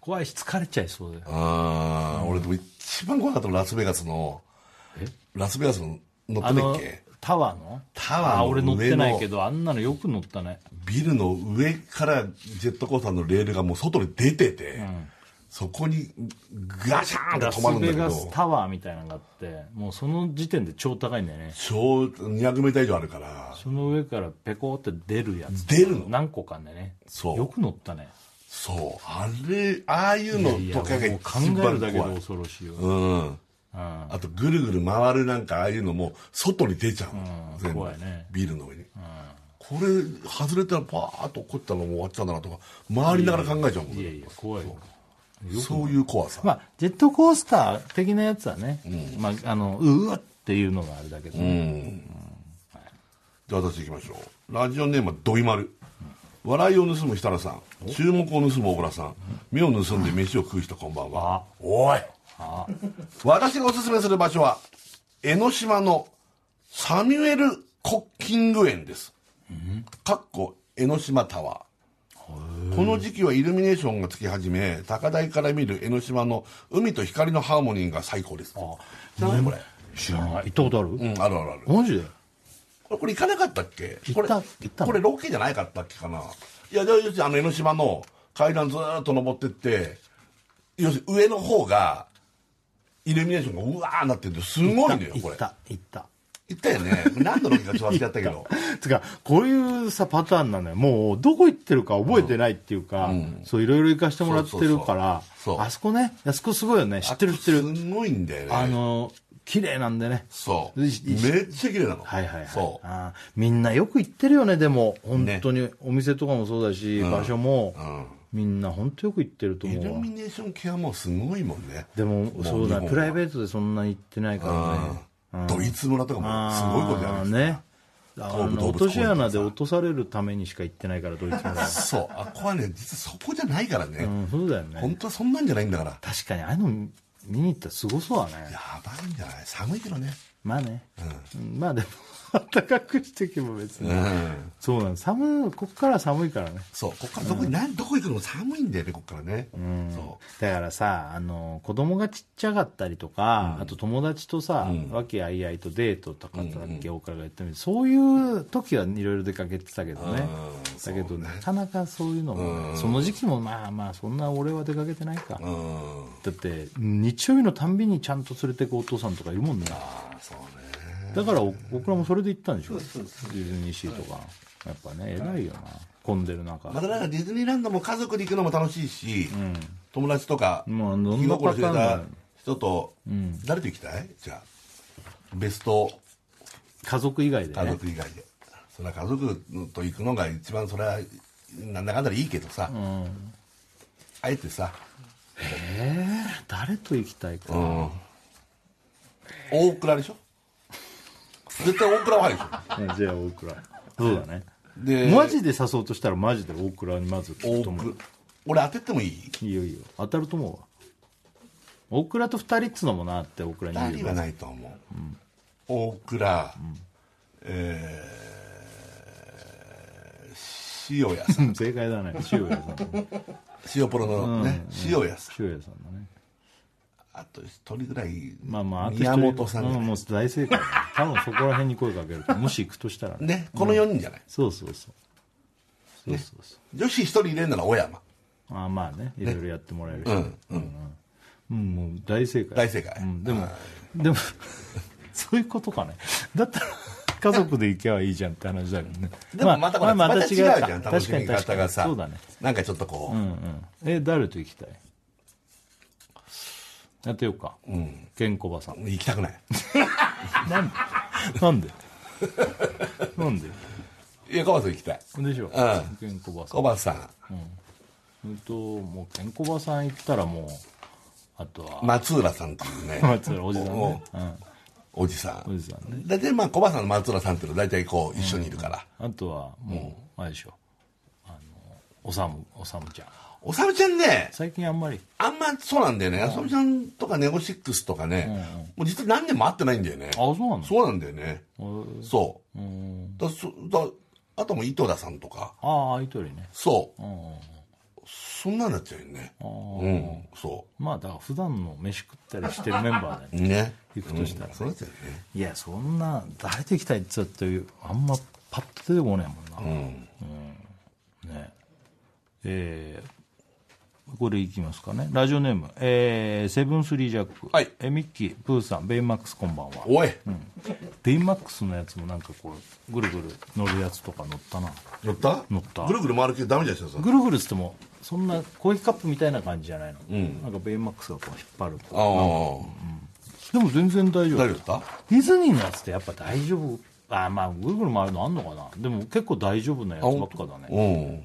S1: 怖いし疲れちゃいそうだよ
S2: あー俺でも一番怖かったのラスベガスの
S1: え
S2: ラスベガスの乗っ
S1: あ
S2: てたっ
S1: の
S2: け
S1: タワーの
S2: タワーの
S1: あ俺乗ってないけどあんなのよく乗ったね
S2: ビルの上からジェットコースターのレールがもう外に出てて、そこにガシャーン
S1: ラ
S2: って
S1: ス
S2: 止まるんだ
S1: ベ
S2: け
S1: ガ
S2: ど
S1: スタワーみたいなのがあってもうその時点で超高いんだよね
S2: 超 200m 以上あるから
S1: その上からペコって出るやつ
S2: 出るの
S1: 何個かねね
S2: そう
S1: よく乗ったね
S2: そうあれああいうの
S1: いや
S2: とかが
S1: もう
S2: 一
S1: 考える
S2: 番
S1: だけで
S2: 怖い
S1: 恐ろしいよ、
S2: うん
S1: うん
S2: あとぐるぐる回るなんかああいうのも外に出ちゃうの、
S1: うん
S2: 全部
S1: 怖いね
S2: ビルの上に、これ外れたらパーッと落っこったらもう終わっちゃうんだなとか回りながら考えちゃうもん
S1: いやいや怖いよ
S2: そういう怖さ、
S1: まあ、ジェットコースター的なやつはね、まあ、あのうわっていうのがあれだけど、
S2: じゃあ私行きましょうラジオネームはドイマル笑いを盗む設楽さん注目を盗む小倉さん目を盗んで飯を食う人こんばんはおい私がおすすめする場所は江ノ島のサミュエル・コッキング園ですかっこ江ノ島タワーこの時期はイルミネーションがつき始め高台から見る江ノ島の海と光のハーモニーが最高です知らないこれ
S1: 知らない行ったことある、
S2: うんあるあるある
S1: マジで
S2: これこれ行かなかったっけ
S1: 行
S2: こ
S1: った
S2: れ
S1: 行ったの
S2: これロケじゃないかったっけかないやじゃあ要するにあの江ノ島の階段ずーっと登ってって要するに上の方がイルミネーションがうわーなっててすごいのよこ
S1: 行
S2: れ
S1: った行った
S2: 行ったよね何のロケかちょっと忘れちゃ ったけど
S1: つうかこういうさパターンなのよもうどこ行ってるか覚えてないっていうか、そういろいろ行かしてもらってるから
S2: そうそうそうそう
S1: あそこねあそこすごいよね知ってる知ってる
S2: すごいんだよね
S1: あの綺麗なんでね
S2: そうめ
S1: い
S2: っちゃ綺麗なの
S1: はいはいはい
S2: そう
S1: あーみんなよく行ってるよねでも本当にお店とかもそうだし、場所も、
S2: ん
S1: みんな本当よく行ってると
S2: イ
S1: 思
S2: ル
S1: うわ
S2: ミネーション系はもうすごいもんね
S1: でも
S2: う
S1: そうだ
S2: 日本は
S1: プライベートでそんなに行ってないから
S2: う
S1: ね
S2: んドイツ村とかもすごいことじゃないですか
S1: ねあ
S2: 東武動物公園とか
S1: の落とし穴で落とされるためにしか行ってないからドイ ツ村は
S2: そうあここはね実はそこじゃないからね、
S1: うんそうだよね
S2: 本当はそんなんじゃないんだから
S1: 確かにああいうの見に行ったらすごそうだね
S2: やばいんじゃない寒いけどね
S1: まあね、うんまあでも 暖かくしていけば別に、
S2: うん
S1: そうなの寒いこっから寒いからね
S2: そうこっからどこ,、などこ行くのも寒いんだよねこっからね、そ
S1: だからさあの子供がちっちゃかったりとか、あと友達とさ、和気あいあいとデートとかだっけ、大倉が言ってみるそういう時はいろいろ出かけてたけどねだけど、なかなかそういうのも、ね、その時期もまあまあそんな俺は出かけてないか、
S2: ううん
S1: だって日曜日のたんびにちゃんと連れてくお父さんとかいるもんね
S2: あそうね
S1: だからお僕らもそれで行ったんでしょディズニーシーとか、やっぱね偉いよな混んでる中、
S2: またなんかディズニーランドも家族で行くのも楽しいし、友達とか
S1: まあどんな
S2: 気心知れ
S1: パターンだ
S2: た
S1: ろう
S2: 人と、誰と行きたいじゃあベスト
S1: 家族以外で
S2: 家
S1: ね
S2: 族以外で、それは家族と行くのが一番それはなんだかんだでいいけどさ、あえてさ、
S1: えー、誰と行きたいか、
S2: 大倉でしょ絶対大倉は入るでしょ
S1: うんじゃあ大倉そうだね
S2: で
S1: マジで誘うとしたらマジで大倉にまず聞くと
S2: 大
S1: 思
S2: 倉
S1: う
S2: 俺当ててもいい
S1: いいよいいよ当たると思うわ大倉と二人っつのもなって大倉に
S2: 2
S1: 言
S2: 人
S1: う
S2: はないと思う、大倉、えー塩屋さん
S1: うん正解だね塩屋さんだね
S2: 塩ポロのね、塩屋さん
S1: 塩屋さんだね
S2: あと一人ぐらい
S1: まあまああと一人
S2: 宮本さん
S1: う
S2: が、
S1: もう大正解だね多分そこら辺に声かけるともし行くとしたらね
S2: ねこの4人じゃない、
S1: そうそうそうそうそうそう
S2: 女子一人入れるなら小山
S1: あーまあねいろいろやってもらえるし、
S2: うんうん
S1: うんもう大正解
S2: 大正解
S1: うん、でもでも そういうことかねだったら家族で行けばいいじゃんって話だけどね
S2: でもまたこれ、
S1: まあ
S2: また違うじゃん、
S1: か
S2: 楽しみ
S1: 確か
S2: 方
S1: に確か
S2: が
S1: に
S2: さ。
S1: そうだね
S2: なんかちょっとこう、
S1: うんうんえ誰と行きたいやってようか、うん、ケンコバさん
S2: 行きたくない。
S1: なんでなんでなんで
S2: いや、コバさん行きたい。
S1: でしょ
S2: ん
S1: ケンコバさん
S2: コバさん、
S1: うんともうケンコバさん行ったらもうあとは、
S2: 松浦さんっていうね、
S1: 松浦おじさんね、うん、
S2: おじさ
S1: お
S2: ん。
S1: じさんね
S2: 大体まあ、コバさんの松浦さんっていうのは大体こう、一緒にいるから。
S1: あとはもう、あれでしょあのおさむおさむちゃん
S2: おさむちゃんね、
S1: 最近あんまり
S2: あんまそうなんだよね。おさむちゃんとかネゴシックスとかね、もう実は何年も会ってないんだよね。
S1: あそうなの
S2: そうなんだよね。
S1: う
S2: そう。
S1: ん
S2: だそだあともう井戸田さんとか。
S1: ああゆとりね
S2: そう
S1: う。ん
S2: そんなんなっちゃうよね。うん。そ
S1: まあだから普段の飯食ったりしてるメンバーで
S2: う。ね。
S1: 行くとしたらね
S2: そうなっちゃうよね。
S1: いやそんな誰と行きたいっつってあんまパッと出てこねえもんな、うんねえーこれいきますかねラジオネーム、えーセブンスリージャック、
S2: はい
S1: えーミッキープーさんベイマックスこんばんは
S2: おい、
S1: ベイマックスのやつもなんかこうぐるぐる乗るやつとか乗ったな
S2: 乗った
S1: 乗った
S2: ぐるぐる回るけどダメじゃん、さん。
S1: ぐるぐるっつってもそんなコーヒーカップみたいな感じじゃないの、なんかベイマックスがこう引っ張る
S2: ああ、
S1: でも全然大丈夫
S2: 大丈夫だった
S1: ディズニーのやつってやっぱ大丈夫あまあぐるぐる回るのあんのかなでも結構大丈夫なやつばっかだね、
S2: うん。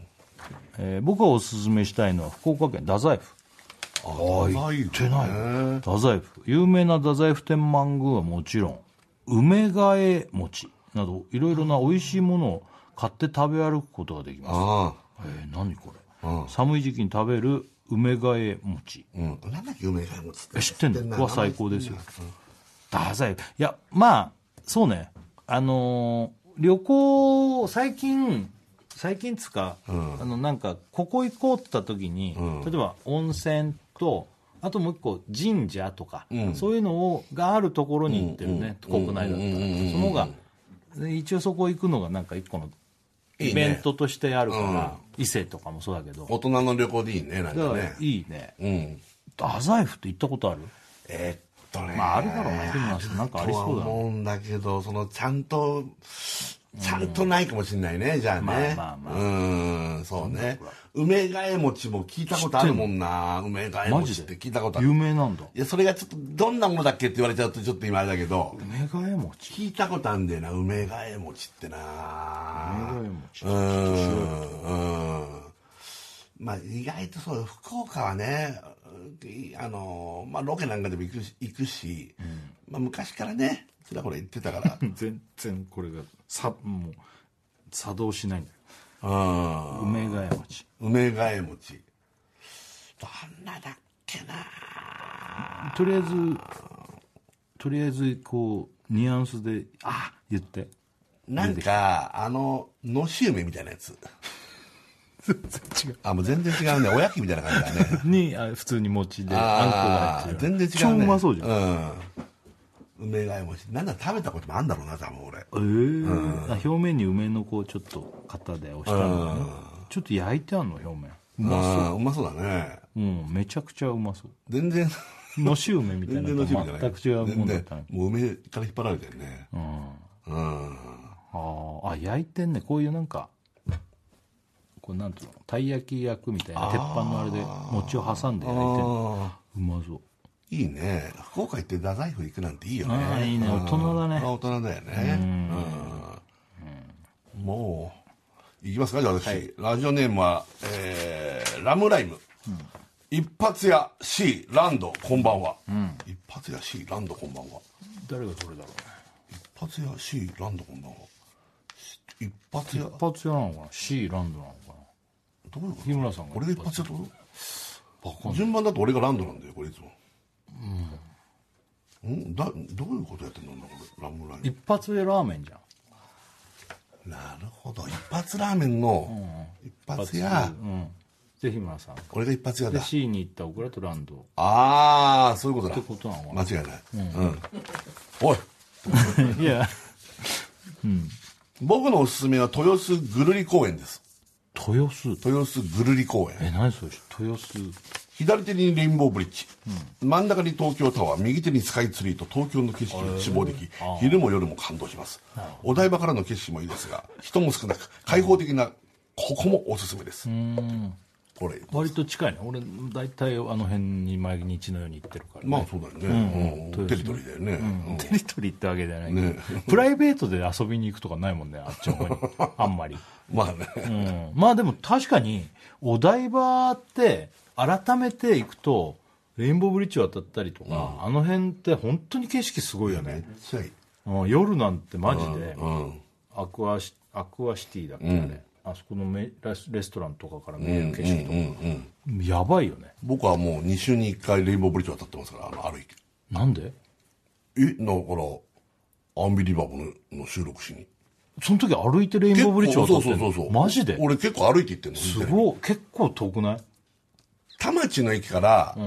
S1: えー僕がおすすめしたいのは福岡県太宰府
S2: ああ、行ってないね。
S1: 太宰府有名な太宰府天満宮はもちろん梅替え餅などいろいろな美味しいものを買って食べ歩くことができます
S2: あ
S1: えー何これ、
S2: うん
S1: 寒い時期に食べる梅替え餅
S2: あ。うん。なんだっけ、有名なやつって。
S1: え知ってんの
S2: な
S1: ここは最高ですよ太宰府いやまあそうねあのー旅行最近最近っつうか、あのなんかここ行こうって言った時に、例えば温泉とあともう一個神社とか、そういうのをがあるところに行ってるね、国内だったら、その方がで一応そこ行くのがなんか一個の
S2: いいね
S1: イベントとしてあるから伊勢とかもそうだけど
S2: 大人の旅行でいいね、なん
S1: だ
S2: か
S1: から
S2: ね。
S1: いいね
S2: うん。
S1: 太宰府って行ったことある
S2: えーっとね。
S1: まああるだろうねでもなんかありそうだ
S2: と
S1: ね
S2: は思うんだけど、その、ちゃんと、ちゃんとないかもしれないね、じゃあね。
S1: まあまあまあ
S2: うん、そうね。梅替え餅も聞いたことあるもんな。梅替え
S1: マジ
S2: 餅っ
S1: で
S2: て聞いたことある。
S1: 有名なんだ
S2: いや、それがちょっと、どんなものだっけって言われちゃうと、ちょっと今あれだけど、
S1: 梅替え餅
S2: 聞いたことあるんだよな、梅替え餅ってな。
S1: 梅替え餅
S2: うーん。うん。まあ、意外とそう、福岡はね、いあの、まあ、ロケなんかでも行くし、行くしまあ、昔からね、ちらほら行ってた から。
S1: 全然これがさもう作動しないんだよ
S2: うん。
S1: 梅替え餅
S2: 梅替え餅。どんなだっけな。
S1: とりあえずとりあえずこうニュアンスであ言って
S2: なんか、あの、のし梅みたいなやつ。
S1: 違う
S2: あ、もう全然違うね。おやきみたいな感じだね。
S1: にあ普通に餅であ
S2: あ
S1: ん
S2: あ
S1: こが入って
S2: 全
S1: る
S2: 然違う、ね、
S1: 超うまそうじゃん、え
S2: うん梅替え餅なんだ食べたこともあるんだろうな多分俺
S1: えあ表面に梅のこうちょっと型で押したのねちょっと焼いてあんの表面うまそ
S2: う
S1: う
S2: んうまそうだね
S1: うんめちゃくちゃうまそう
S2: 全然
S1: のし梅みたいな
S2: 全然
S1: の
S2: の
S1: と
S2: しみじゃない
S1: 全く違うもんだったね
S2: 全然もう梅から引っ張られてるね
S1: うん
S2: うん
S1: あーあ焼いてんねこういうなんかこれなんていうのたい焼き焼くみたいな鉄板のあれで餅を挟んで焼いてんの
S2: あ
S1: うまそう
S2: いいね福岡行って太宰府行くなんていいよね
S1: ああいいね
S2: うん
S1: 大人だね
S2: 大人だよねうんもう行きますかじゃあ私、ラジオネームは、えーラムライム、一発屋 C ランドこんばんは、一発屋 C ランドこんばんは
S1: 誰がどれだろ
S2: 一発屋 C ランドこんばんは一発屋
S1: うね一発屋なのかな C ランドなのか
S2: どういうこ
S1: な
S2: と
S1: 日村さんが
S2: 俺が一発屋ってこと順番だと俺がランドなんだよこれいつもうん、だどういうことやってんのこれラムライ
S1: 一発屋ラーメンじゃん
S2: ンなるほど一発ラーメンの一発屋、
S1: うんで日村さん
S2: 俺が一発屋
S1: で
S2: だ
S1: C に行ったオクラとランド
S2: ああそういうことだ
S1: ってことなのか
S2: 間
S1: な
S2: 違いないうん、おい
S1: いや
S2: 僕のおすすめは豊洲ぐるり公園です
S1: 豊洲
S2: 豊洲ぐるり公園
S1: え何それ豊洲
S2: 左手にレインボーブリッジ、真ん中に東京タワー右手にスカイツリーと東京の景色を一望でき昼も夜も感動しますお台場からの景色もいいですが人も少なく開放的なここもおすすめですこれ
S1: 割と近いね俺大体あの辺に毎日のように行ってるから、ね
S2: まあそうだよね、うんテリトリーだよね、うん
S1: テリトリーってわけじゃないけど、プライベートで遊びに行くとかないもんねあっちの 方にあんまり、
S2: まあね、
S1: うん、まあでも確かにお台場って改めて行くとレインボーブリッジ渡ったりとか、あの辺って本当に景色すごいよ
S2: めっ
S1: ね、
S2: ちゃいい
S1: うん、夜なんてマジで、
S2: うん
S1: アクアシアクアシティだっけあれ、あそこのめレスレストランとかから見える景色とか、やばいよね
S2: 僕はもう2週に1回レインボーブリッジ渡ってますからあの歩いて
S1: なんで
S2: えだからアンビリバボーの収録しに
S1: その時歩いてレインボーブリッジ渡ってん
S2: そう
S1: の
S2: そうそうそう
S1: マジで
S2: 俺結構歩いて行ってんの
S1: すごい結構遠くない
S2: 田町の駅から、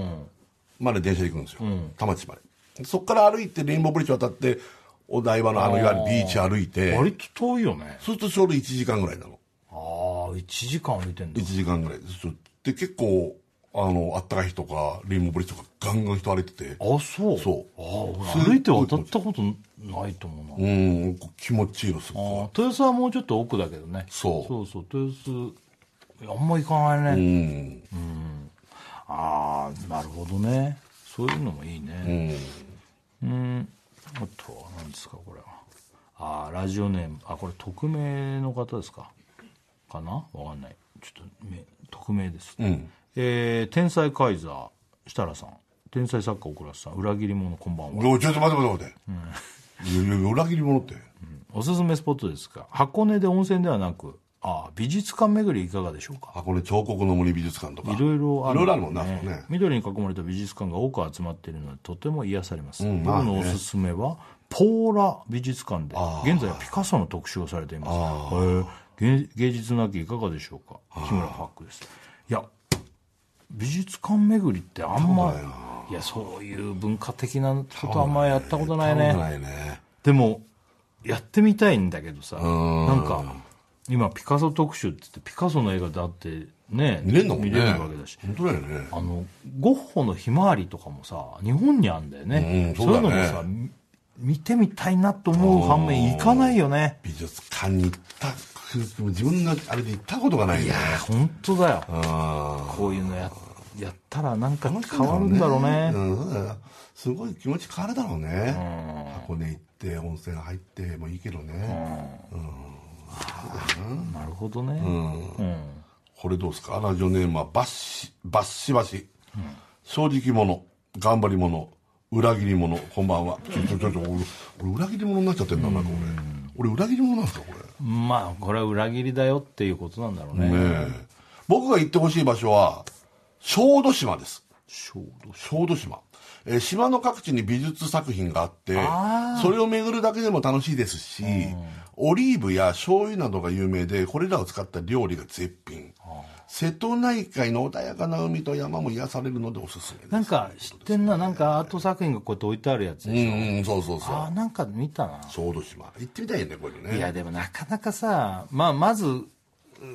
S2: まで電車で行くんですよ、田町までそっから歩いてレインボーブリッジ渡ってお台場のあのいわゆるビーチ歩いて
S1: 割と遠いよね
S2: そうするとちょうど1時間ぐらいなの
S1: ああ1時間歩いてんだ
S2: 1時間ぐらいそうで結構あのあったかい日とかレインボーブリッジとかガンガン人歩いてて
S1: あそう
S2: そう
S1: ああ歩いて渡ったことないと思うな
S2: うんこう気持ちいいのすご
S1: あー豊洲はもうちょっと奥だけどね
S2: そう
S1: そうそう豊洲あんま行かない
S2: い
S1: ね、
S2: うん
S1: ああなるほどねそういうのもいいね
S2: うん
S1: うんあとは何ですかこれはああラジオネームあこれ匿名の方ですかかなわかんないちょっとめ匿名です、
S2: うん
S1: えー天才カイザー設楽さん天才作家小倉さん裏切り者こんばんは
S2: おいちょっと待って待って待って、いやいや裏切り者って、
S1: おすすめスポットですが箱根で温泉ではなくああ美術館巡りいかがでしょうか
S2: あこれ彫刻の森美術館とか
S1: いろいろあ
S2: い
S1: る
S2: ろいろあ
S1: んだよ
S2: るもんな、ね、ね
S1: 緑に囲まれた美術館が多く集まっているのでとても癒されます、
S2: ん
S1: 僕
S2: まあね
S1: のおすすめはポーラ美術館で
S2: あー
S1: 現在はピカソの特集をされていますへえ芸芸術の秋いかがでしょうか木村ファックですいや美術館巡りってあんまいやそういう文化的なことあんまやったことないね
S2: ないね
S1: でもやってみたいんだけどさ
S2: ん
S1: なんか今ピカソ特集って言ってピカソの映画だってね
S2: 見れんのもんね
S1: 見れるわけだし
S2: 本当だよね
S1: あのゴッホの「ひまわり」とかもさ日本にあんだよね,、
S2: うんそうだね
S1: いうのもさみ見てみたいなと思う反面行かないよね
S2: 美術館に行った自分のあれで行ったことがないね
S1: 本当だよ
S2: あ
S1: こういうのややったらなんか変わるんだろう
S2: あ、
S1: ね
S2: うん、そうだよすごい気持ち変わるだろうね箱根行って温泉入ってもいいけどね
S1: なるほどね、うん
S2: これどうですかラジオネームはバッシバッシバシ、正直者頑張り者裏切り者こんばんはちょちょちょちょ俺俺裏切り者になっちゃってんだなんか俺俺裏切り者なんですかこれ
S1: まあこれは裏切りだよっていうことなんだろうね
S2: ねえ僕が行ってほしい場所は小豆島です
S1: 小豆
S2: 小豆島、えー島の各地に美術作品があってそれを巡るだけでも楽しいですし、オリーブや醤油などが有名でこれらを使った料理が絶品瀬戸内海の穏やかな海と山も癒されるのでおすすめです
S1: なんか知ってんななんかアート作品がこうやって置いてあるやつ
S2: う
S1: でしょ、
S2: んうんそうそうそ
S1: ああ
S2: う
S1: なんか見たな
S2: 小豆島行ってみたいよねこれね
S1: いやでもなかなかさ、まあ、まず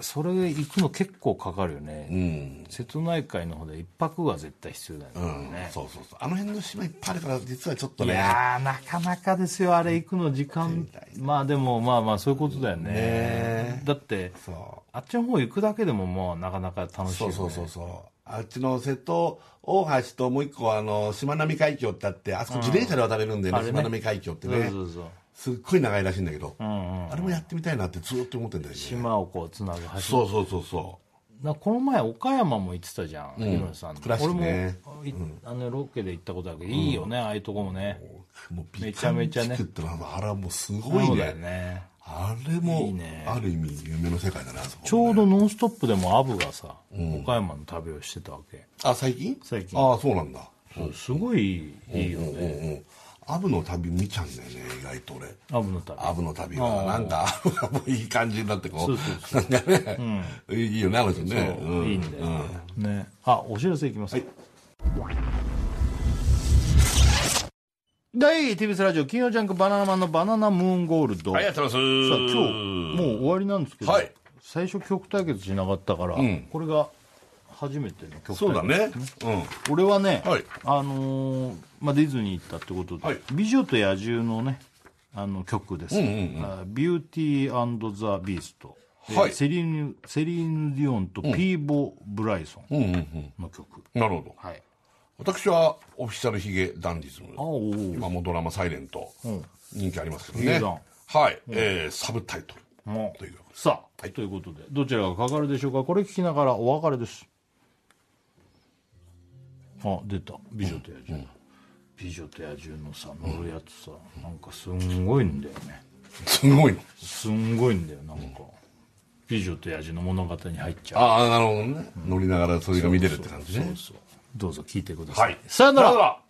S1: それ行くの結構かかるよね、
S2: うん
S1: 瀬戸内海の方で一泊は絶対必要だよね,、
S2: うん
S1: ね
S2: そうそうそうあの辺の島いっぱいあるから実はちょっと
S1: い
S2: ね
S1: やーなかなかですよあれ行くの時間まあでもまあまあそういうことだよねだって
S2: そう
S1: あっちの方行くだけでももうなかなか楽しい
S2: そ
S1: よ、
S2: う
S1: ね、
S2: そうそうそうあっちの瀬戸大橋ともう一個あのしまなみ海峡ってあってあそこ自転車で渡れるんでね
S1: あれ
S2: し
S1: ね
S2: まなみ海峡って
S1: そう
S2: ね
S1: そうそう
S2: すっごい長いらしいんだけど、
S1: ん
S2: あれもやってみたいなってずっと思ってんだよね
S1: 島をこうつなぐ橋
S2: そうそうそうそ
S1: なこの前岡山も行ってたじゃん、日村さん
S2: 倉敷ね
S1: 俺もいあのロケで行ったことあるけど、いいよねああいうとこもね
S2: うもう
S1: めちゃめちゃね
S2: ビタミン地区ってのはあれはもうすごい
S1: そうだ
S2: ね
S1: よね
S2: あれも
S1: いいね
S2: ある意味夢の世界だなあそこ
S1: ちょうど「ノンストップ!」でもアブがさ、岡山の旅をしてたわけ
S2: あ最近
S1: 最近
S2: ああそうなんだ
S1: すごいいいよ
S2: うんうん
S1: ね、
S2: うんアブの旅見ちゃうんだよね意外と俺
S1: アブの旅
S2: アブの旅はなんかアブがもういい感じになってこう
S1: そうそう
S2: なんかね、いいよねあの人ね
S1: そういいんだよ、ねあお知らせいきます、第 TBS ラジオ金曜ジャンクバナナマンのバナナムーンゴールド
S2: ありがとうございます
S1: さあ今日もう終わりなんですけど、
S2: はい
S1: 最初曲対決しなかったから、
S2: ん
S1: これが初めての曲
S2: そうだね
S1: 俺はね、
S2: はい
S1: あのーまあ、ディズニー行ったってことで「
S2: はい
S1: 美女と野獣」のねあの曲です、
S2: んうん
S1: あビューティーザ・ビースト」で
S2: はい
S1: セリーヌセリーヌ・ディオンとピーボ・ブライソ
S2: うん
S1: ン
S2: うんうんうん
S1: の曲、
S2: なるほど
S1: はい
S2: 私はオフィシャルヒゲダンディズム
S1: あおう
S2: 今もドラマ「サイレント人気ありますけど
S1: ヒゲ
S2: ね
S1: ダン
S2: はい、えーサブタイトル
S1: もう
S2: ということで
S1: さあ、ということでどちらがかかるでしょうかこれ聞きながらお別れですあ出た「美女と野獣」美女と野獣」のさ乗るやつさ、なんかすんごいんだよね
S2: すごいの
S1: すんごいんだよなんか「美女と野獣」の物語に入っちゃう
S2: ああなるほどね、乗りながらそれが見れるって感じね
S1: そうそうどうぞ聞いてください、
S2: はい
S1: さよな
S2: さよな
S1: ら
S2: ら